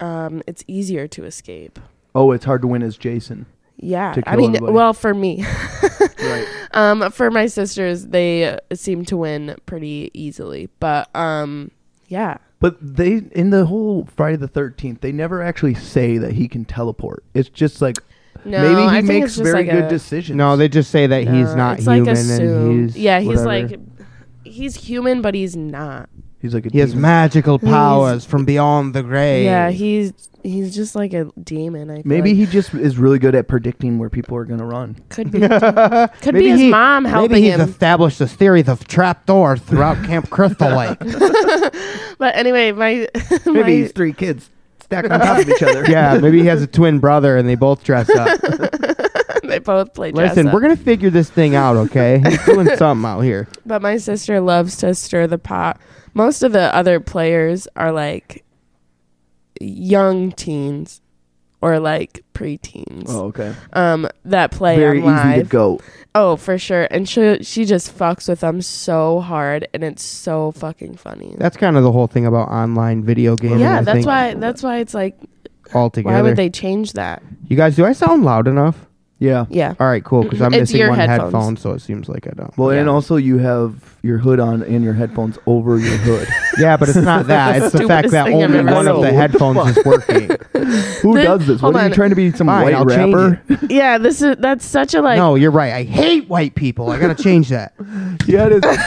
um it's easier to escape Oh, it's hard to win as Jason. yeah To i kill mean everybody. well for me [laughs] Right. Um, for my sisters, they seem to win pretty easily. But um, yeah, But they in the whole Friday the Thirteenth, they never actually say that he can teleport. It's just like no, maybe he I think makes it's just very like good a, decisions. No, they just say that no, he's not it's human like and assumed. he's yeah, he's whatever. like he's human, but he's not. he's like a he has demon. magical powers from beyond the grave. Yeah, he's he's just like a demon. I feel Maybe like. he just is really good at predicting where people are going to run. could [laughs] be could be his mom helping maybe he's him. [laughs] established this theory of trapdoor throughout Camp Crystal [laughs] Lake. but anyway, my [laughs] Maybe my he's three kids stacked on top of each [laughs] other. yeah, maybe he has a twin brother and they both dress [laughs] up. uh, they both play. dress Listen, up. we're gonna figure this thing out, okay? He's [laughs] doing something out here. But my sister loves to stir the pot. Most of the other players are like young teens or like preteens Oh, okay. um, that play Very on easy to live. go. Oh, for sure. And she she just fucks with them so hard, and it's so fucking funny. That's kind of the whole thing about online video games. yeah, I that's think, why. That's why it's like, Altogether, why would they change that? You guys, do I sound loud enough? Yeah. Yeah, All right, cool. Because I'm It's missing your one headphones. headphone, so it seems like I don't. Well, and Yeah. also you have your hood on and your headphones over your hood. yeah, but it's not that. It's the fact Stupidest that thing I've only ever one of seen. [laughs] the headphones is working. Who Then- does this? hold What are you on. trying to be some Fine, white I'll change rapper? yeah. This is that's such a like. no, you're right. I hate white people. I gotta change that. yeah, it is.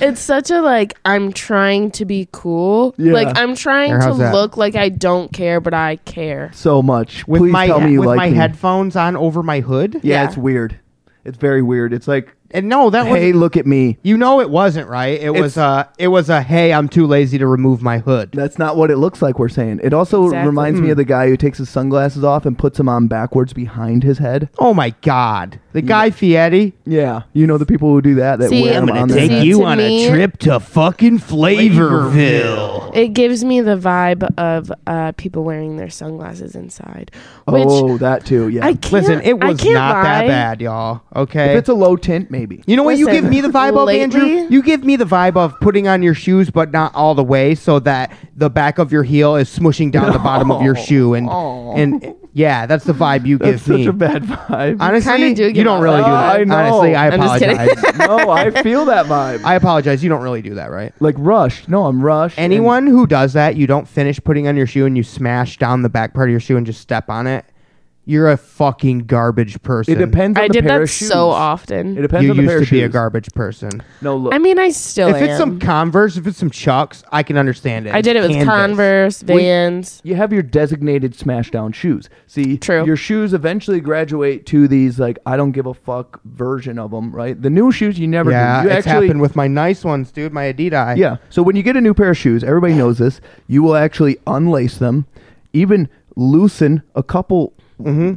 It's such a like I'm trying to be cool. Yeah. Like I'm Or trying to how's that? look like I don't care, but I care. So much. With Please my tell me you with like my me. headphones on over my hood. Yeah, Yeah. it's weird. It's very weird. It's like, and no, that hey, was look at me. you know it wasn't right. It was It's- uh it was a hey, I'm too lazy to remove my hood. That's not what it looks like we're saying. It also Exactly. reminds me of the guy who takes his sunglasses off and puts them on backwards behind his head. Oh my god, the guy Fieri. Yeah. You know the people who do that that See, wear I'm them gonna on take their head. you- to me- to fucking Flavorville. It gives me the vibe of uh, people wearing their sunglasses inside, which Oh, that too. Yeah. I can't. Listen, it I was can't not that lie. bad, y'all. Okay. if it's a low tint, maybe. you know what you Listen, give me the vibe of, Andrew? lately- You give me the vibe of putting on your shoes, but not all the way, so that the back of your heel is smushing down the [laughs] bottom of your Oh. shoe, and and yeah, that's the vibe you That's give such me. a bad [laughs] vibe. Honestly, kinda do you give don't off really do that. that. I know. Honestly, I I'm just kidding. apologize. no, I feel that vibe. I apologize. You don't really do that, right? like rushed. No, I'm rushed. and- Anyone who does that, you don't finish putting on your shoe and you smash down the back part of your shoe and just step on it. You're a fucking garbage person. It depends. On I the did pair that of shoes. so It often. depends You on the used pair to of be a shoes. garbage person. No, look. I mean, I still If am. it's some Converse, if it's some Chucks, I can understand it. I did it It's with canvas. Converse, Well, you- Vans. you have your designated Smashdown shoes. See, True. your shoes eventually graduate to these like I don't give a fuck version of them, right? The new shoes you never Yeah, do. You it's happened with my nice ones, dude. My Adidas. yeah. So when you get a new pair of shoes, everybody knows this. You will actually unlace them, even loosen a couple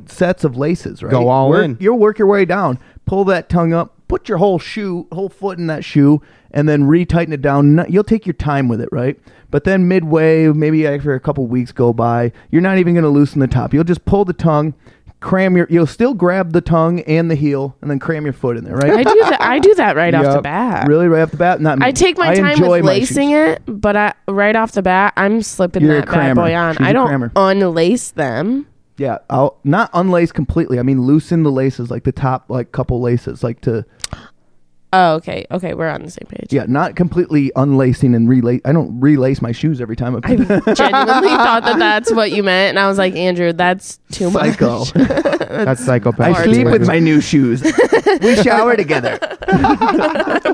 sets of laces. Right? Mm-hmm. Go all Work- in. You'll work your way down, pull that tongue up, put your whole shoe, whole foot in that shoe, and then retighten it down. No- You'll take your time with it, right? But then midway, maybe after a couple weeks go by, you're not even going to loosen the top. You'll just pull the tongue, cram your. You'll still grab the tongue and the heel, and then cram your foot in there, right? I do that. I do that right off the Yup. bat. Really, right off the bat. Not. me. I take my time enjoy with my lacing shoes. it, but I, right off the bat, I'm slipping You're a that bad crammer. boy on. She's I a don't crammer. unlace them. Yeah, I'll not unlace completely. I mean, loosen the laces, like the top, like couple laces, like to. Oh, okay, okay, we're on the same page. Yeah, not completely unlacing and relace. I don't relace my shoes every time. I I put genuinely thought [laughs] that that's what you meant, and I was like, Andrew, that's too [laughs] much. Psycho. That's psychopath. [laughs] I sleep with [laughs] my new shoes. we shower together. [laughs]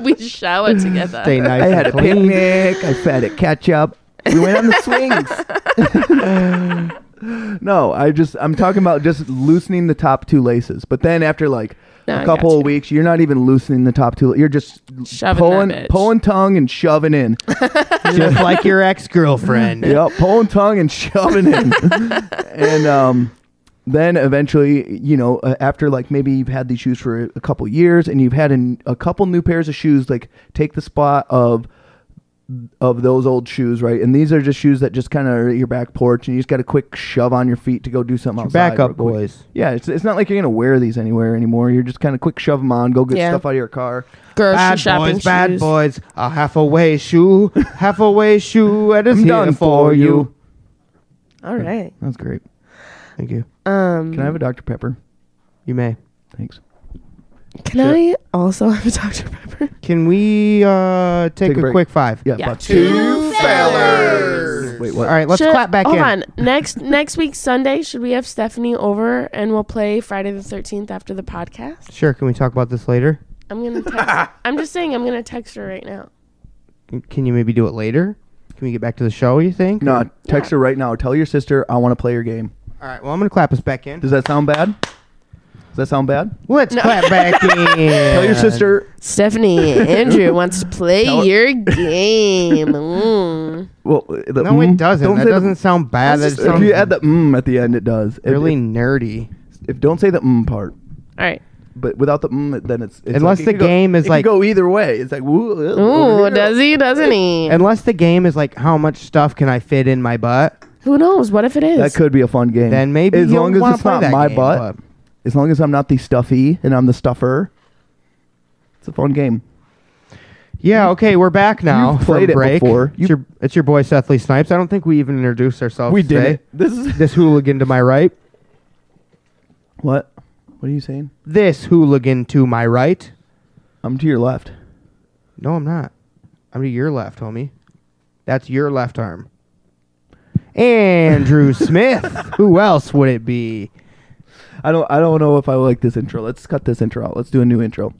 we shower together. Stay nice. I had a and clean. picnic. I fed it catch up. We went on the swings. [laughs] no, I just I'm talking about just loosening the top two laces. But then after like No, I a couple gotcha. of weeks, you're not even loosening the top two. You're just Shoving that pulling bitch. pulling tongue and shoving in. [laughs] just like your ex [laughs] girlfriend. yep, pulling tongue and shoving in. [laughs] and um, then eventually, you know, uh, after like maybe you've had these shoes for a couple years and you've had an, a couple new pairs of shoes, like take the spot of of those old shoes, right? And these are just shoes that just kind of are at your back porch and you just got a quick shove on your feet to go do something outside. Back up, real quick. boys. Yeah, it's, it's not like you're gonna wear these anywhere anymore. You're just kind of quick shove them on, go get Yeah. stuff out of your car. Grocery Bad shopping boys, bad shoes. boys. A half away shoe, half away shoe, and it's I'm here done for for you. you. All right. That's great. Thank you. Um, Can I have a Dr Pepper? You may. Thanks. can I also have a Dr. Pepper? Can we uh, take, Take a a, break. quick five? Yeah. Yeah. fuck. Two fellers. Wait, All what? right, let's Should- clap back hold in. on. Next next week Sunday, should we have Stephanie over and we'll play Friday the thirteenth after the podcast? Sure. Can we talk about this later? I'm gonna [laughs] text I'm just saying I'm gonna text her right now. Can- Can you maybe do it later? Can we get back to the show? You think? No, text her right now. Tell your sister I want to play your game. All right. Well, I'm gonna clap us back in. Does that sound bad? Does that sound bad? Let's clap [laughs] back in. Tell your sister. Stephanie, Andrew wants to play Tell her- your [laughs] game. Mm. Well, the No, it mm, doesn't. Don't that say the- doesn't sound bad. That That's just- sounds if you add the mm at the end, it does. If- really If, nerdy. if don't say the mm part, All right. but without the mm, then it's, it's Unless like- it the could go- game is it could like- go either way. It's like woo. uh, over Ooh, here. does he? Doesn't he? Unless the game is like, how much stuff can I fit in my butt? Who knows? What if it is? That could be a fun game. Then maybe as you'll long as wanna it's play not that my game, butt, but- as long as I'm not the stuffy and I'm the stuffer, it's a fun game. Mm-hmm. Yeah. Okay, we're back now. You've from played it break. before. You- It's your, it's your boy Seth Lee Snipes. I don't think we even introduced ourselves. today. This is This hooligan to my right. what? What are you saying? This hooligan to my right. I'm to your left. No, I'm not. I'm to your left, homie. That's your left arm. Andrew Smith. Who else would it be? I don't. I don't know if I like this intro. Let's cut this intro out. Let's do a new intro.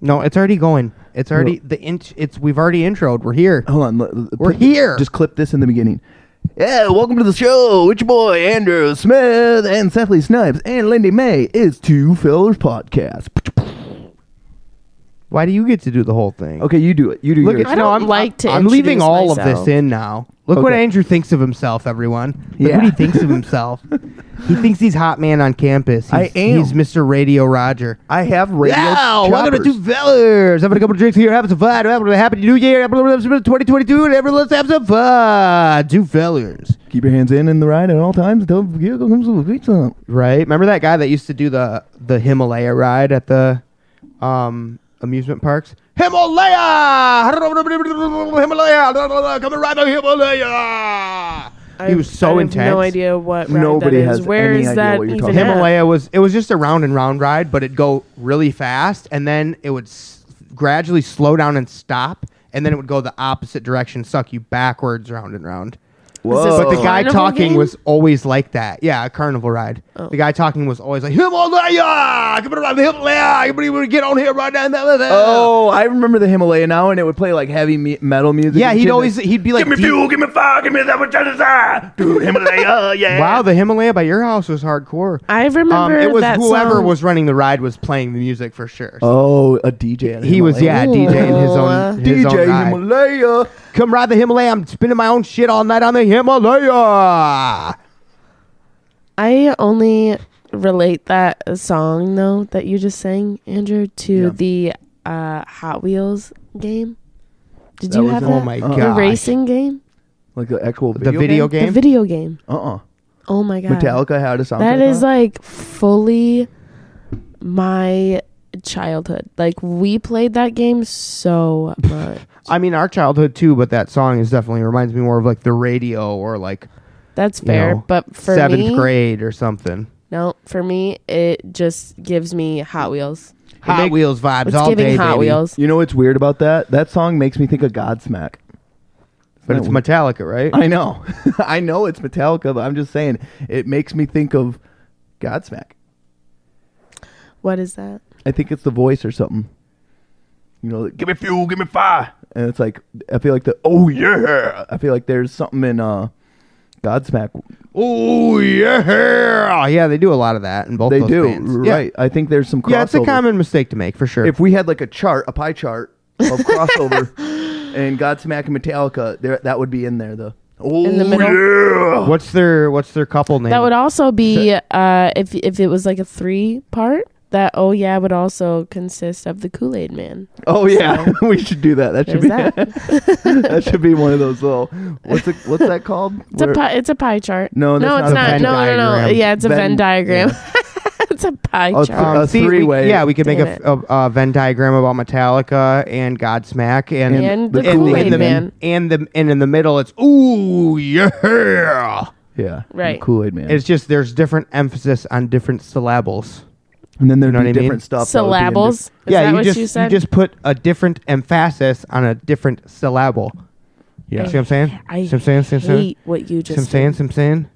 No, it's already going. It's already Well- Oh. the inch. It's we've already introed. We're here. Hold on. l- l- We're put- here. Just clip this in the beginning. Yeah, welcome to the show. It's your boy Andrew Smith and Seth Lee Snipes and Lindy May. It's Two Fellers Podcast. Why do you get to do the whole thing? Okay, you do it. You do Look your at I no. don't I'm like to I'm leaving introduce all of myself. this in now. Look what Okay. Andrew thinks of himself. Everyone. Look Yeah. what he thinks of himself. he thinks he's hot man on campus. I He's, am. He's Mr. Radio Roger. I have radio. Yeah, welcome to choppers. Two Fellers. Having a couple drinks here, having some fun. Having a happy new year, 2022, and everyone, let's have some fun. Two Fellers. Keep your hands in in the ride at all times. until vehicle comes with a pizza. Right? Remember that guy that used to do the the Himalaya ride at the um, amusement parks? Himalaya! Himalaya! Come and ride the Himalaya! he was so I intense. Have no idea what. Ride Nobody that is. has Where any is idea that what you're even talking at? about. Himalaya was it was just a round and round ride, but it'd go really fast, and then it would s- gradually slow down and stop, and then it would go the opposite direction, suck you backwards round and round. this But the Oh. guy Carnival talking game? Oh. was always like that. Yeah, a carnival ride. The guy talking was always like Himalaya, come on around the Himalaya, everybody would get on here right now. Oh, I remember the Himalaya now, and it would play like heavy me- metal music. yeah, and he'd shit. always he'd be like, "Dude, give me fire, give me that much desire. Dude, Himalaya, yeah. wow, the Himalaya by your house was hardcore. I Um, remember it was that whoever song. was running the ride was playing the music for sure. Oh, a DJ. at he was yeah Himalaya. DJ in his own his own DJ ride. Himalaya. Come ride the Himalaya. I'm spinning my own shit all night on the Himalaya. I only relate that song though that you just sang, Andrew, to Yeah. the uh, Hot Wheels game. Did That you was have a- that? Oh my Uh-uh. the gosh. racing game, Like the actual The video. video the game. video game. Uh uh Oh my god. Metallica had a soundtrack. That is on it. like fully my childhood. Like we played that game so [laughs] much. I mean, our childhood too, but that song is definitely reminds me more of like the radio or like That's you fair, know, but for seventh me, grade or something. no, for me it just gives me Hot Wheels. Hot make- Wheels vibes It's all giving day, Hot baby. Wheels. You know what's weird about that? That song makes me think of Godsmack. But it's Metallica, right? I know, [laughs] I know it's Metallica, but I'm just saying it makes me think of Godsmack. What is that? I think it's the voice or something. You know, like, give me fuel, give me fire, and it's like I feel like the oh yeah. I feel like there's something in uh, Godsmack. oh yeah, yeah. They do a lot of that in both. They those do bands. Yeah. right. I think there's some crossover. Yeah, it's a common mistake to make for sure. If we had like a chart, a pie chart [laughs] of crossover, and Godsmack and Metallica, there that would be in there. The oh In the middle? yeah. what's their what's their couple name? That would also be uh if if it was like a three part, that oh yeah would also consist of the Kool-Aid man. Oh yeah, [laughs] we should do that. That should There's be that. [laughs] that. should be one of those little. What's it, what's that called? It's a Where- pie, it's a pie chart. No, no, that's it's not not. a No, no, Venn no, diagram. Yeah, it's a Venn- Venn, diagram. it's a pie Oh, it's chart. a Um, See, we- three-way. yeah, we could make Damn a, f- a, a Venn diagram about Metallica and Godsmack and And the and Kool-Aid and the- Man. and the and in the middle it's ooh yeah. Yeah, Right. Kool Aid Man. It's just there's different emphasis on different syllables. and then there'd know be what I mean? different stuff. that would be in Syllables. Is yeah, that you what just you said? just put a different emphasis on a different syllable. Yeah. See what I'm saying? I See what I'm saying? See what I'm saying? hate what you See what I'm just saying? See what I'm saying?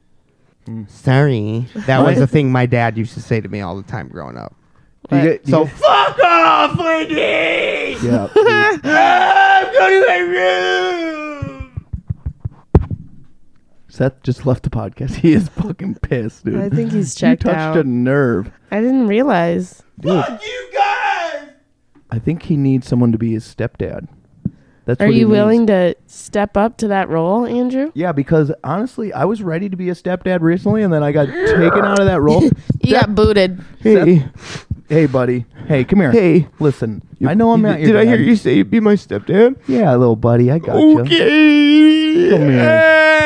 Hmm. Sorry. That was [laughs] Right. the thing my dad used to say to me all the time growing up. different- You Right. get- you So get- fuck off, [laughs] ladies! [laughs] yeah. I'm going to my room! Seth just left the podcast. [laughs] He is fucking pissed, dude. I think he's you checked touched out. a nerve. I didn't realize. Fuck you guys! I think he needs someone to be his stepdad. That's Are what he you willing needs. to step up to that role, Andrew? Yeah, because honestly, I was ready to be a stepdad recently, and then [laughs] I got taken out of [laughs] that role. You got booted. Hey, hey, buddy. Hey, come here. hey. listen. I know I'm You- not your Did I dad. hear you say you'd be my stepdad? Yeah, little buddy. I got you. Okay. [laughs] Come here.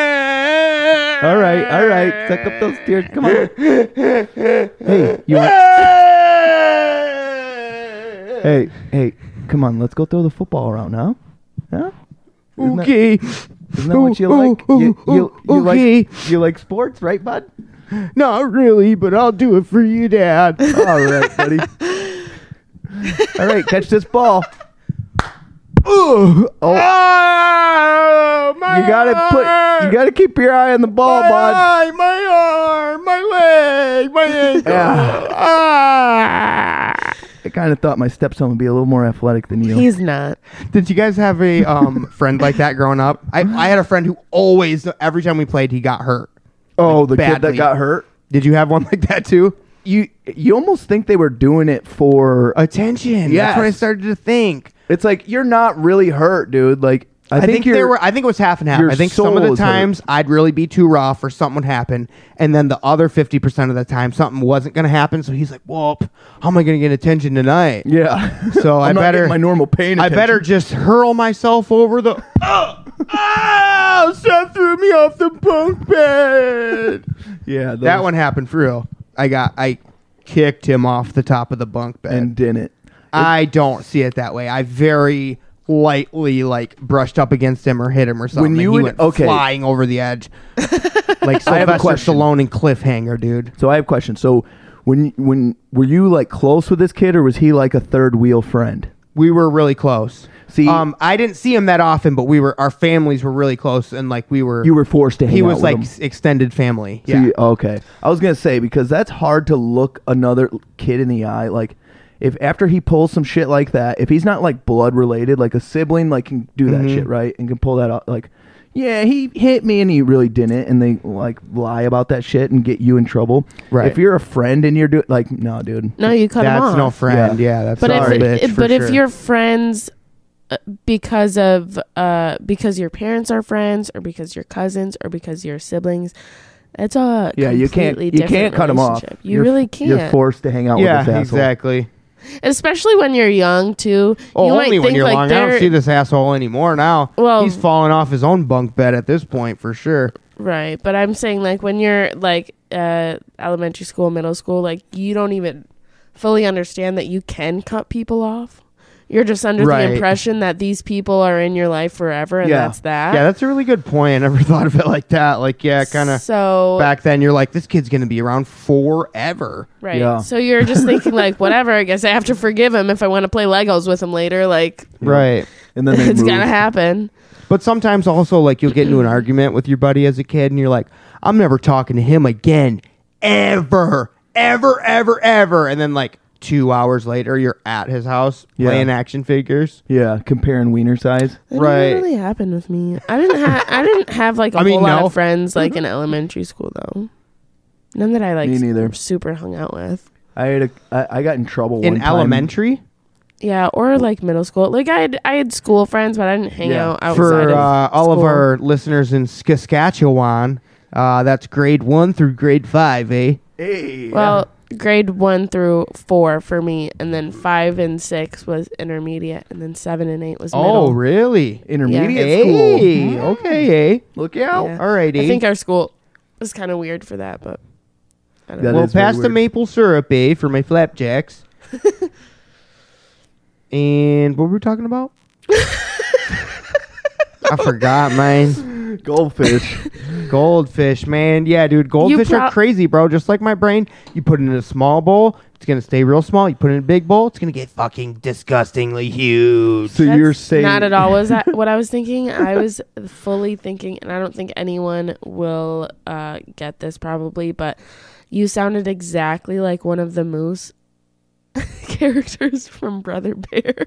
All right, all right. [laughs] Suck up those tears. Come on. hey, you want? Hey, hey, come on. Let's go throw the football around, huh? Huh? Isn't that- Okay. Isn't that what you Oh, like? oh, You, oh, you, you okay. like you like sports, right, bud? Not really, but I'll do it for you, Dad. All right, buddy. All right, catch this ball. Ugh. [laughs] Oh, Ah, my you gotta put. You arm. gotta keep your eye on the ball, my bud. eye, my arm, my leg, [laughs] my ankle. Yeah. Ah. I kind of thought my stepson would be a little more athletic than you. He's not. Did you guys have a [laughs] um, friend like that growing up? I, I had a friend who always, every time we played, he got hurt. oh, the kid that badly. got hurt. Did you have one like that too? You you almost think they were doing it for. Attention. That's what I Yes. started to think. It's like you're not really hurt, dude. Like I, I, think, you're. there were. I think it was half and half. your I think some of soul the was hurt. times I'd really be too rough, or something would happen, and then the other fifty percent of the time something wasn't going to happen. So he's like, "Well, how am I going to get attention tonight?" [laughs] yeah. [laughs] So I I'm not getting better my normal pain. I attention. better just hurl myself over the. [laughs] oh, Ah, oh! Seth threw me off the bunk bed. [laughs] Yeah, that those- one happened for real. I got I kicked him off the top of the bunk bed. and didn't. I don't see it that way. I very lightly like brushed up against him or hit him or something. When you and he would- went okay. flying over the [laughs] edge, like I have a Sylvester question. Stallone and Cliffhanger, dude. So I have a question. So when when were you like close with this kid, or was he like a third wheel friend? We were really close. See- um, I didn't see him that often, but we were our families were really close, and like we were. You were forced to hang He out was with like him. s- extended family. So Yeah. you- okay. I was gonna say because that's hard to look another kid in the eye. Like if after he pulls some shit like that, if he's not like blood related, like a sibling, like can do that shit right and can pull that out. Like, yeah, he hit me and he really didn't, and they like lie about that shit and get you in trouble. Right. If you're a friend and you're doing like, no, dude. No, you cut him that's off. no friend. Yeah. Yeah, that's but not a if, bitch if- for but sure. if you're friends uh, because of uh because your parents are friends or because you're cousins or because you're siblings, it's a Yeah, you can't. completely You can't different cut him off. relationship. You You're- really You're can't. forced to hang out with this yeah, asshole. exactly. especially when you're young too. Oh, you only might when think you're like long. I they're don't see this asshole anymore now. Well- he's falling off his own bunk bed at this point for sure. Right, but I'm saying like when you're like uh, elementary school, middle school, like you don't even fully understand that you can cut people off. You're just under Right. the impression that these people are in your life forever, and Yeah. that's that. Yeah, that's a really good point. I never [laughs] thought of it like that. Like, yeah, kind of So back then, you're like, this kid's gonna be around forever. right. Yeah. So you're just thinking like, whatever. I guess I have to forgive him if I want to play Legos with him later. Like Right. And then [laughs] they it's move. gonna happen. But sometimes also, like, you'll get into an argument with your buddy as a kid, and you're like, I'm never talking to him again, ever, ever, ever, ever. And then, like, two hours later, you're at his house Yeah. playing action figures. Yeah, comparing wiener size. That Right. didn't really happen with me. I didn't have I didn't have like a I mean, whole lot no. of friends like [laughs] in elementary school though. None that I like Me neither. super hung out with. I had a, I, I got in trouble one In time. elementary? Yeah, or like middle school. Like I had I had school friends, but I didn't hang Yeah. out outside For of uh, all of school. our listeners in Saskatchewan, uh, that's grade one through grade five, eh? Hey, Well, grade one through four for me, and then five and six was intermediate, and then seven and eight was middle. Oh, really? intermediate school. Mm-hmm. Hey, okay, eh? Look out. Yeah. All righty. I think our school was kind of weird for that, but I don't That know. well, is very pass the weird. maple syrup, eh, for [laughs] my flapjacks. and what were we talking about? I forgot, man. [laughs] Goldfish. Goldfish, man. Yeah, dude, goldfish pro- are crazy, bro. Just like my brain. You put it in a small bowl, it's gonna stay real small. You put it in a big bowl, it's gonna get fucking disgustingly huge. so you're That's saying not at all was that what I was [laughs] thinking. I was fully thinking, and I don't think anyone will uh, get this probably, but you sounded exactly like one of the moose [laughs] characters from Brother Bear.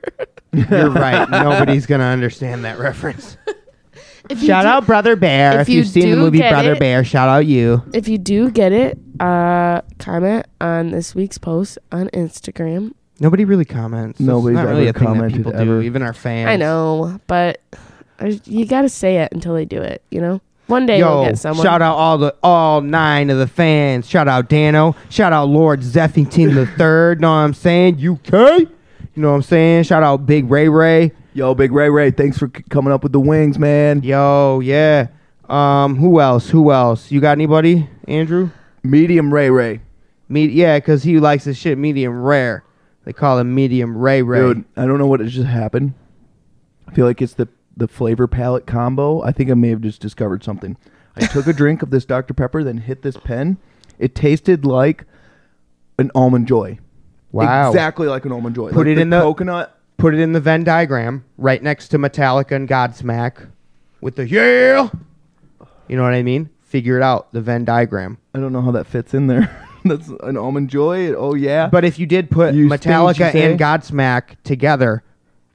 [laughs] You're right. Nobody's gonna understand that reference. if you Shout do- out Brother Bear. if If, you you've seen the do movie get Brother it- Bear, shout out you. If you do get it, uh, comment on this week's post on Instagram. Nobody really comments. That's Nobody's not really ever a thing that commented people ever. do. Even our fans. I know, but I, you got to say it until they do it. You know, one day Yo, we'll get someone. shout out all the all nine of the fans. Shout out Dano. Shout out Lord Zeffington [laughs] the Third. Know what I'm saying? UK. You know what I'm saying? Shout out Big Ray Ray. Yo, Big Ray Ray, thanks for c- coming up with the wings, man. Yo, yeah. Um, who else? Who else? You got anybody, Andrew? Medium Ray Ray. Me- yeah, cause he likes the shit medium rare. They call him medium Ray Ray. Dude, I don't know what has just happened. I feel like it's the the flavor palette combo. I think I may have just discovered something. [laughs] I took a drink of this Dr. Pepper, then hit this pen. It tasted like an almond joy. Wow. Exactly like an almond joy. Put Like it in the- coconut. Put it in the Venn diagram, right next to Metallica and Godsmack, with the yeah. You know what I mean? Figure it out. The Venn diagram. I don't know how that fits in there. [laughs] That's an almond joy. Oh yeah. But if you did put You think you Metallica say? and Godsmack together,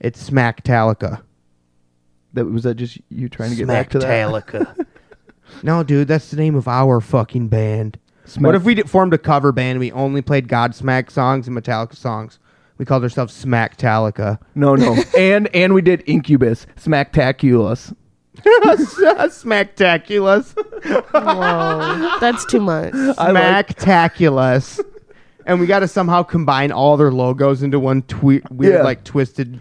it's Smacktalica. that was that just you trying to get back to that? Smacktalica. [laughs] no, dude, that's the name of our fucking band. Smack- What if we did, formed a cover band and we only played Godsmack songs and Metallica songs? We called ourselves Smacktalica. [laughs] [laughs] No, no. and and we did Incubus, Smacktaculous. Smacktaculous. Whoa, that's too much. Smactaculous. [laughs] and we got to somehow combine all their logos into one twe- weird, Yeah. like, twisted.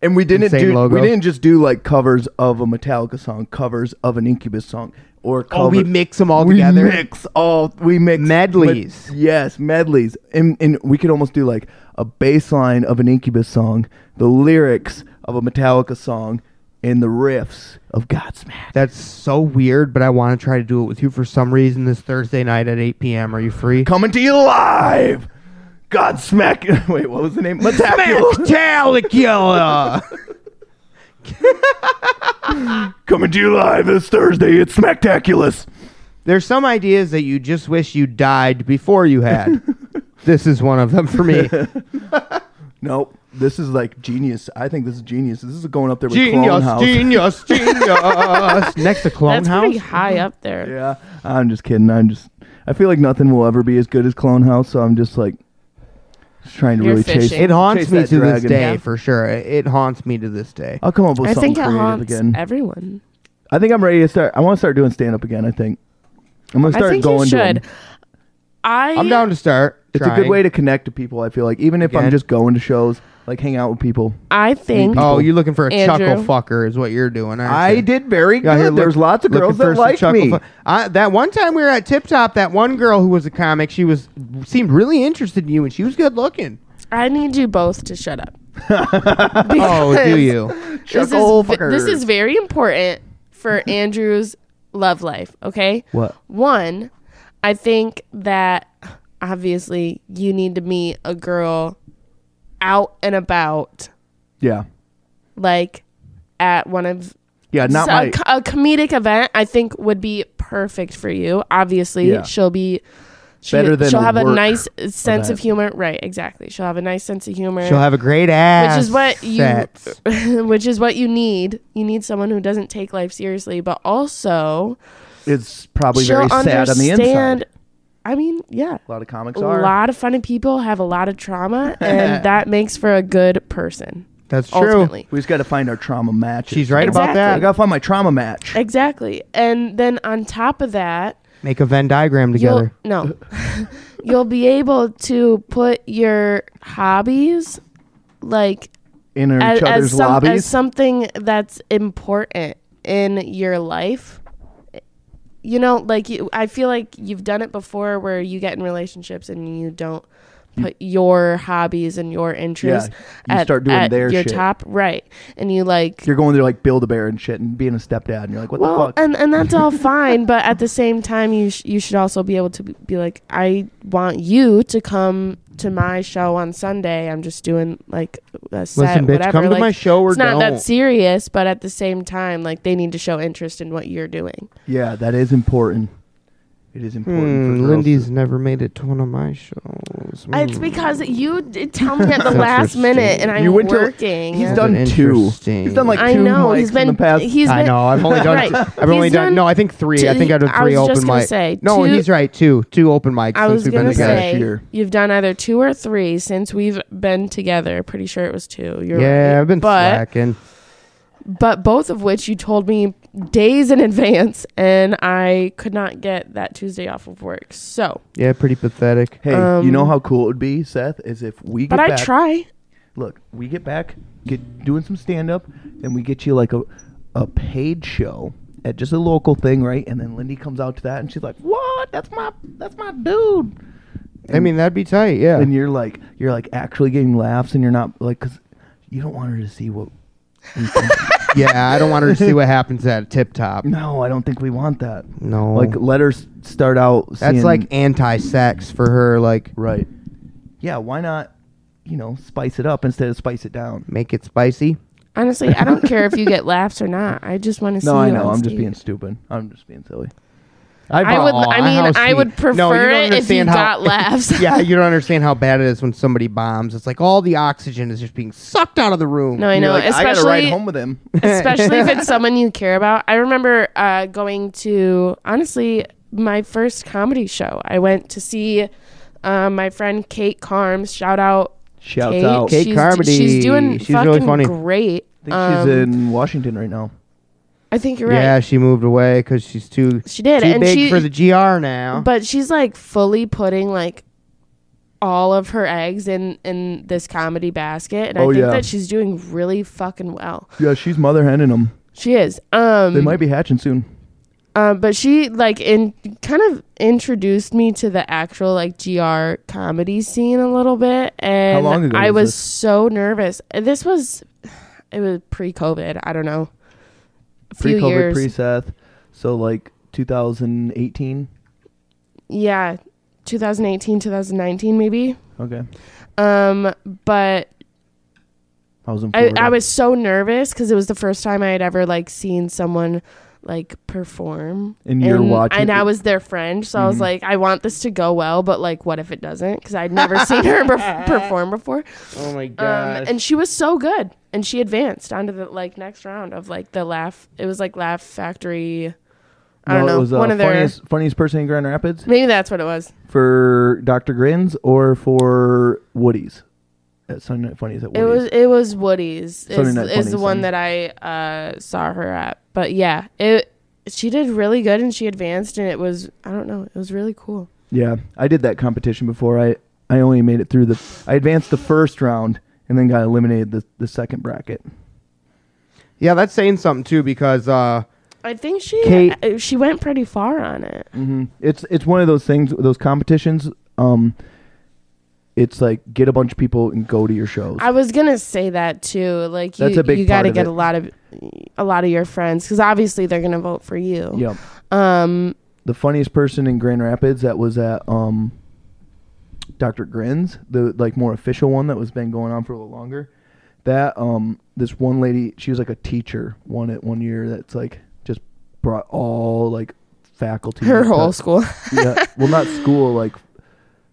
And we didn't Insane do logo. we didn't just do like covers of a Metallica song, covers of an Incubus song, or cover, Oh, we mix them all we together. mix all we mix Medleys. med- yes, medleys, and and we could almost do like a bass line of an Incubus song, the lyrics of a Metallica song, and the riffs of Godsmack. That's so weird, but I want to try to do it with you for some reason this Thursday night at 8 p.m. Are you free? Coming to you live, Godsmack. [laughs] Wait, what was the name? Metallica. Smactalicula! Coming to you live this Thursday. It's Smacktaculous. [laughs] There's some ideas that you just wish you died before you had. this is one of them for me. Nope. This is like genius. I think this is genius. This is going up there with Clone genius, House. genius, genius. Next to Clone That's House. pretty high up there. Yeah, I'm just kidding. I'm just. I feel like nothing will ever be as good as Clone House, so I'm just like, just trying to You're really chase. fishing. It haunts Chase me that to this dragon. day Yeah. for sure. It, it haunts me to this day. I'll come up with I something think it creative haunts again. everyone. I think I'm ready to start. I want to start doing stand up again. I think I'm gonna start I think going. you to 'em. should. I I'm down to start. It's a good way to connect to people. I feel like even if I'm Again. just going to shows, like hang out with people. I think Oh, you're looking for a chuckle Andrew. fucker is what you're doing. Aren't I you? did very You out good. here look- There's lots of looking girls for that some like chuckle me. fu- I, that one time we were at Tip Top, that one girl who was a comic, she was seemed really interested in you, and she was good looking. I need you both to shut [laughs] up. Oh, do [laughs] Because you? This Chuckle is, v- this fucker. is very important [laughs] for Andrew's love life, okay? What? One, I think that obviously you need to meet a girl out and about, Yeah, like at one of yeah, not so my. a, co- a comedic event I think would be perfect for you. Obviously, Yeah. she'll be she, Better than she'll have a work nice sense event. of humor. Right, exactly. She'll have a nice sense of humor. She'll have a great which ass. is what you set. [laughs] which is what you need. You need someone who doesn't take life seriously, but also It's probably she'll very sad on the understand inside. I mean, yeah. A lot of comics A are. lot of funny people have a lot of trauma [laughs] and that makes for a good person. That's true. Ultimately. We just got to find our trauma match. She's right about I Exactly. that. got to find my trauma match. Exactly. And then on top of that, Make a Venn diagram together. You'll, [laughs] no, you'll be able to put your hobbies like In each as, other's as, some, lobbies. as something that's important in your life. You know, like you, I feel like you've done it before, where you get in relationships and you don't put your hobbies and your interests you at, start doing at their your shit. top right, and you like You're going to like build a bear and shit and being a stepdad, and you're like, what the well, fuck? and, and that's [laughs] all fine, but at the same time, you sh- you should also be able to b- be like, I want you to come to my show on Sunday. I'm just doing like a set, Listen, bitch, whatever. come to like, my show or it's not don't. that serious, but at the same time, like they need to show interest in what you're doing. yeah, that is important. It is important. for Hmm, girls Lindy's to- never made it to one of my shows. Uh, It's Hmm. because you [laughs] did tell me at the last minute, and I'm You went to- working. He's Yeah. done two. Interesting. He's done like two I know. mics He's been. in the past. He's I been. know. [laughs] I've only done. Right. I've only He's done, done No, I think three. I two- think I've done I three was open just gonna mic. say, no, two- he's right. Two, two open mics. I since was we've been gonna together. together. say Sure. you've done either two or three since we've been together. Pretty sure it was two. You're Yeah, right. I've been but slacking. but both of which you told me days in advance, and I could not get that Tuesday off of work. So, Yeah, pretty pathetic. Hey, you Um, know how cool it would be, Seth, is if we get but I back. try. Look, we get back, get doing some stand up, and we get you like a a paid show at just a local thing, right? And then Lindy comes out to that, and she's like, "What? That's my that's my dude." I mean, that'd be tight. Yeah. And you're like, you're like actually getting laughs, and you're not like, cause you don't want her to see what. yeah, I don't want her to see what happens at Tip Top. No, I don't think we want that. No. Like, let her s- start out. That's seeing- like anti-sex for her. Like, right. Yeah, why not? You know, spice it up instead of spice it down. make it spicy. Honestly, I don't care if you get laughs or not. I just want to see. [laughs] No, I you know. on I'm just stage. being stupid. I'm just being silly. I would. Aw, I how mean, I sweet. would prefer No, you don't it if you understand how- got laughs. [laughs] [laughs] yeah, you don't understand how bad it is when somebody bombs. It's like all the oxygen is just being sucked out of the room. No, I know. You're like, I especially gotta ride home with him. [laughs] especially if it's someone you care about. I remember uh, going to honestly my first comedy show. I went to see uh, my friend Kate Carms. Shout out, [laughs] Shouts Kate. out. Kate she's, Carmody. She's doing She's fucking really funny. great. I think Um, she's in Washington right now. I think you're right. Yeah, she moved away because she's too She did, too and big she- for the gr now. but she's like fully putting like all of her eggs in in this comedy basket, and I Oh, think yeah. that she's doing really fucking well. Yeah, she's mother henning them. She is. Um, They might be hatching soon. Um, but she like in kind of introduced me to the actual like gr comedy scene a little bit, and long ago I was was this? so nervous. And This was it was pre COVID. I don't know. A few Pre-COVID, years. pre-Seth. So like 2018. yeah, 2018, 2019 maybe. Okay. Um, but I was in I, Florida. I was so nervous because it was the first time I had ever like seen someone like perform And you're watching and i it. Mm-hmm. was their friend so i was like i want this to go well but like what if it doesn't because i'd never seen her [laughs] perf- perform before oh my um, and she was so good and she advanced onto the like next round of like the laugh it was like laugh factory i No, don't know It was uh, one of their funniest, funniest person in Grand Rapids maybe that's what it was for Dr. Grins or for Woody's. At Sunday Night Funnies at It Woody's. was it was Woody's Sunday is, Night is Funnies, the one Sunday. that I uh, saw her at. But yeah, it she did really good and she advanced and it was I don't know it was really cool. yeah, I did that competition before. I I only made it through the. I advanced the first round and then got eliminated the, the second bracket. Yeah, that's saying something too because uh, I think she Kate- uh, she went pretty far on it. It's it's one of those things, those competitions. Um, it's like get a bunch of people and go to your shows. I was gonna say that too. Like you, That's a big you got part to of get it. a lot of a lot of your friends because obviously they're gonna vote for you. yep. Um. the funniest person in Grand Rapids that was at um, Dr. Grins, the like more official one that was been going on for a little longer. That um, this one lady, she was like a teacher one at one year. That's like just brought all like faculty. Her to- [laughs] whole school. [laughs] yeah, well, not school, like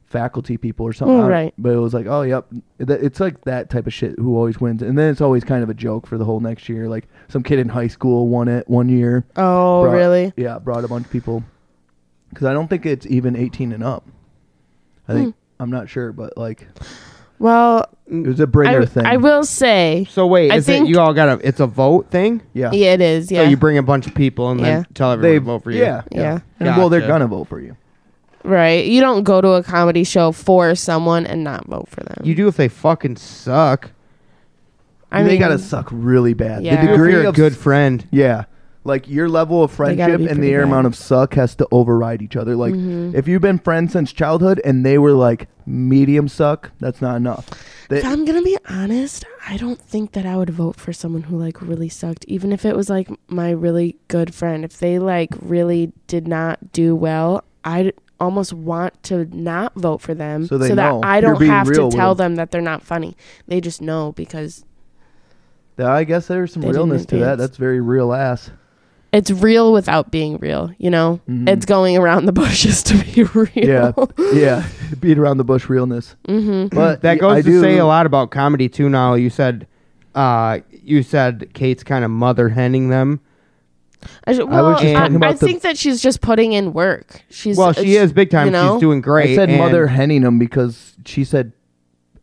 faculty people or something. Oh, I don't- right. But it was like, oh, yep, Th- it's like that type of shit. Who always wins, and then it's always kind of a joke for the whole next year. Like some kid in high school won it one year. Oh, Brought- really? Yeah, brought a bunch of people. Because I don't think it's even 18 and up. I think Hmm. I'm not sure, but like Well, Mm. it was a I, bringer w- thing. I will say. so wait, I is think- it you all got a it's a vote thing? Yeah. Yeah, it is. Yeah. So you bring a bunch of people and Yeah. then tell everyone They to vote for you. Yeah. Yeah. And, Well, they're Gotcha. gonna vote for you. right. You don't go to a comedy show for someone and not vote for them. You do if they fucking suck. I they mean, gotta suck really bad. Yeah. The If If degree you're a of good friend. Yeah. Like your level of gotta be friendship and the pretty bad. Mm-hmm. amount of suck has to override each other. Like if you've been friends since childhood and they were like medium suck, that's not enough. They, If I'm gonna be honest, I don't think that I would vote for someone who like really sucked, even if it was like my really good friend. If they like really did not do well, I almost want to not vote for them So they know. that I You're don't being have real to with tell them. them that they're not funny. They just know because that- I guess there's some They didn't realness to that. advance. That's very real ass. it's real without being real, you know? It's going around the bushes to be [laughs] real. Mm-hmm. Yeah, yeah, beat around the bush realness. Mm-hmm. But That yeah, goes I to do- say a lot about comedy too. Now you said, uh, you said Kate's kind of mother henning them. I, ju- well, I, was just talking I about the- think that she's just putting in work. She's Well, she it's- is big time. you know? She's doing great. I said and- mother henning them because she said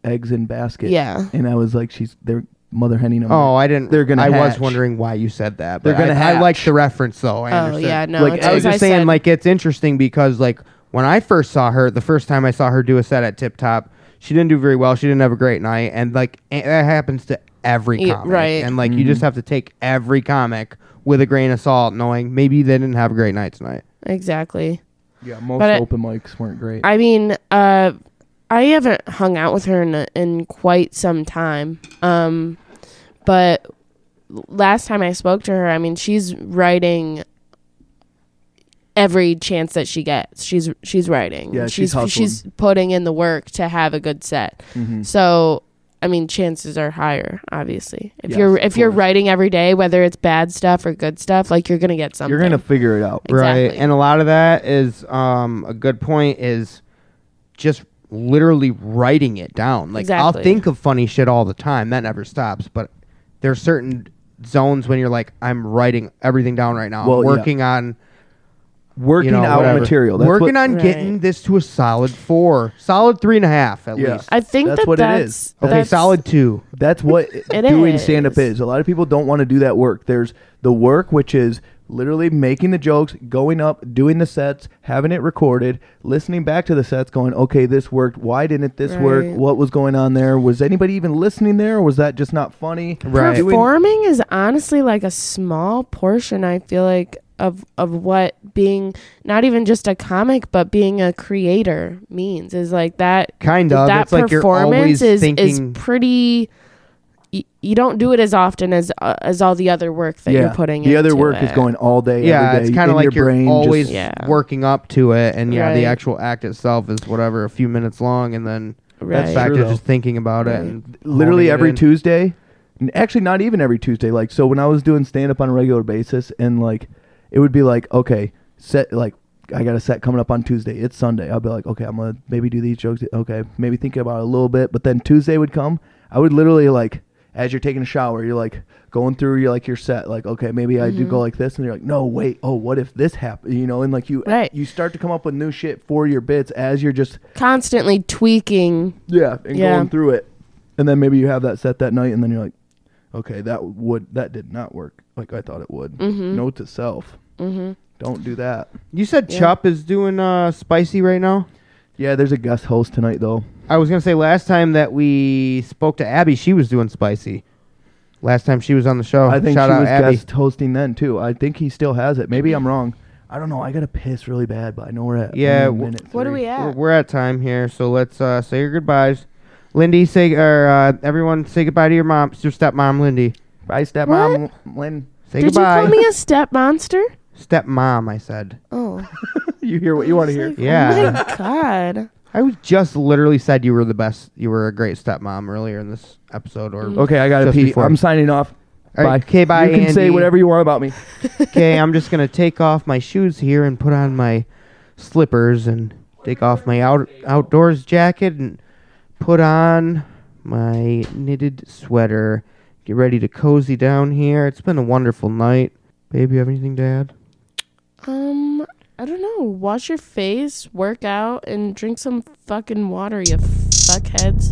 eggs in basket. Yeah. and I was like, she's they're mother henning them. Oh, I didn't. They're gonna I hatch. was wondering why you said that. They're But gonna I, I like hatch. the reference though. I Oh understand. yeah, no. Like, it's- I was as just I saying, said, like it's interesting because like when I first saw her, the first time I saw her do a set at Tip Top, she didn't do very well. She didn't have a great night, and like a- that happens to every Yeah, comic, right. And like you just have to take every comic with a grain of salt, knowing maybe they didn't have a great night tonight. exactly. yeah, most but I- open mics weren't great. I mean, uh, I haven't hung out with her in in quite some time. Um, but last time I spoke to her, I mean, she's writing every chance that she gets. She's she's writing. Yeah, she's she's hustling. she's putting in the work to have a good set. Mm-hmm. So. I mean, chances are higher, obviously. If Yes, you're of if you're course. writing every day, whether it's bad stuff or good stuff, like you're gonna get something. You're gonna figure it out. Right. Exactly. And a lot of that is um, a good point is just literally writing it down. Like I'll Exactly. think of funny shit all the time. That never stops. But there's certain zones when you're like, I'm writing everything down right now. Well, I'm yeah. working on Working you know, out whatever. material. That's working what, on Right. getting this to a solid four, solid three and a half at Yeah. least. I think That's that what it that's, is. okay, that's- solid two. That's what [laughs] It doing stand up is. is. A lot of people don't want to do that work. There's the work, which is literally making the jokes, going up, doing the sets, having it recorded, listening back to the sets, going, okay, this worked. Why didn't this work? Right. What was going on there? Was anybody even listening there? Or was that just not funny? Right. Doing- performing is honestly like a small portion i feel like of of what being not even just a comic but being a creator means is like that Kind of. that It's like you're performance always is thinking- is pretty y- you don't do it as often as uh, as all the other work that you're putting The other into work is is going all day. Yeah, every it's day kind in of like your you're brain, just- always Yeah. working up to it, and yeah, the Right. actual act itself is whatever, a few minutes long, and then Right. that's back True, to though. just thinking about it. And honing literally it every in. Tuesday. N- Actually, not even every Tuesday. Like, so when I was doing stand up on a regular basis, and like, it would be like, okay, set like I got a set coming up on Tuesday. It's Sunday. I'll be like, okay, I'm gonna maybe do these jokes. Okay, maybe think about it a little bit. But then Tuesday would come. I would literally like, as you're taking a shower, you're like going through your like your set. Like, okay, maybe I do go like this, and you're like, no, wait, oh, what if this happened? You know, and like you Right. you start to come up with new shit for your bits as you're just constantly tweaking yeah, and Yeah. going through it, and then maybe you have that set that night, and then you're like, okay, that would that did not work like I thought it would. Note to Mm-hmm. self, mm-hmm. don't do that. You said Chup is doing uh, spicy right now. Yeah, there's a guest host tonight though. I was gonna say last time that we spoke to Abby, she was doing spicy. Last time she was on the show, I think shout she out was Abby. guest hosting then too. I think he still has it. Maybe I'm wrong. I don't know. I gotta piss really bad, but I know we're at Yeah, one w- minute What are three. we We're, at? we're at time here, so let's uh, say your goodbyes. Lindy, say or uh, everyone say goodbye to your mom, your stepmom, Lindy. Bye, stepmom. Lynn, [laughs] Say Did goodbye. you call me a step monster? stepmom? I said. [laughs] Oh, you hear what you want to hear. oh Yeah, my God. I was just literally said you were the best. You were a great stepmom earlier in this episode. Or Okay, I gotta Just pee. before. I'm signing off. All right, okay, bye, Mm. You can say Andy. whatever you want about me. okay, I'm just gonna take off my shoes here and put on my slippers and take off my out outdoors jacket and put on my knitted sweater. Get ready to cozy down here. It's been a wonderful night. Babe, you have anything to add? Um, I don't know. Wash your face, work out, and drink some fucking water, you fuckheads.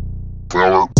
Fowler.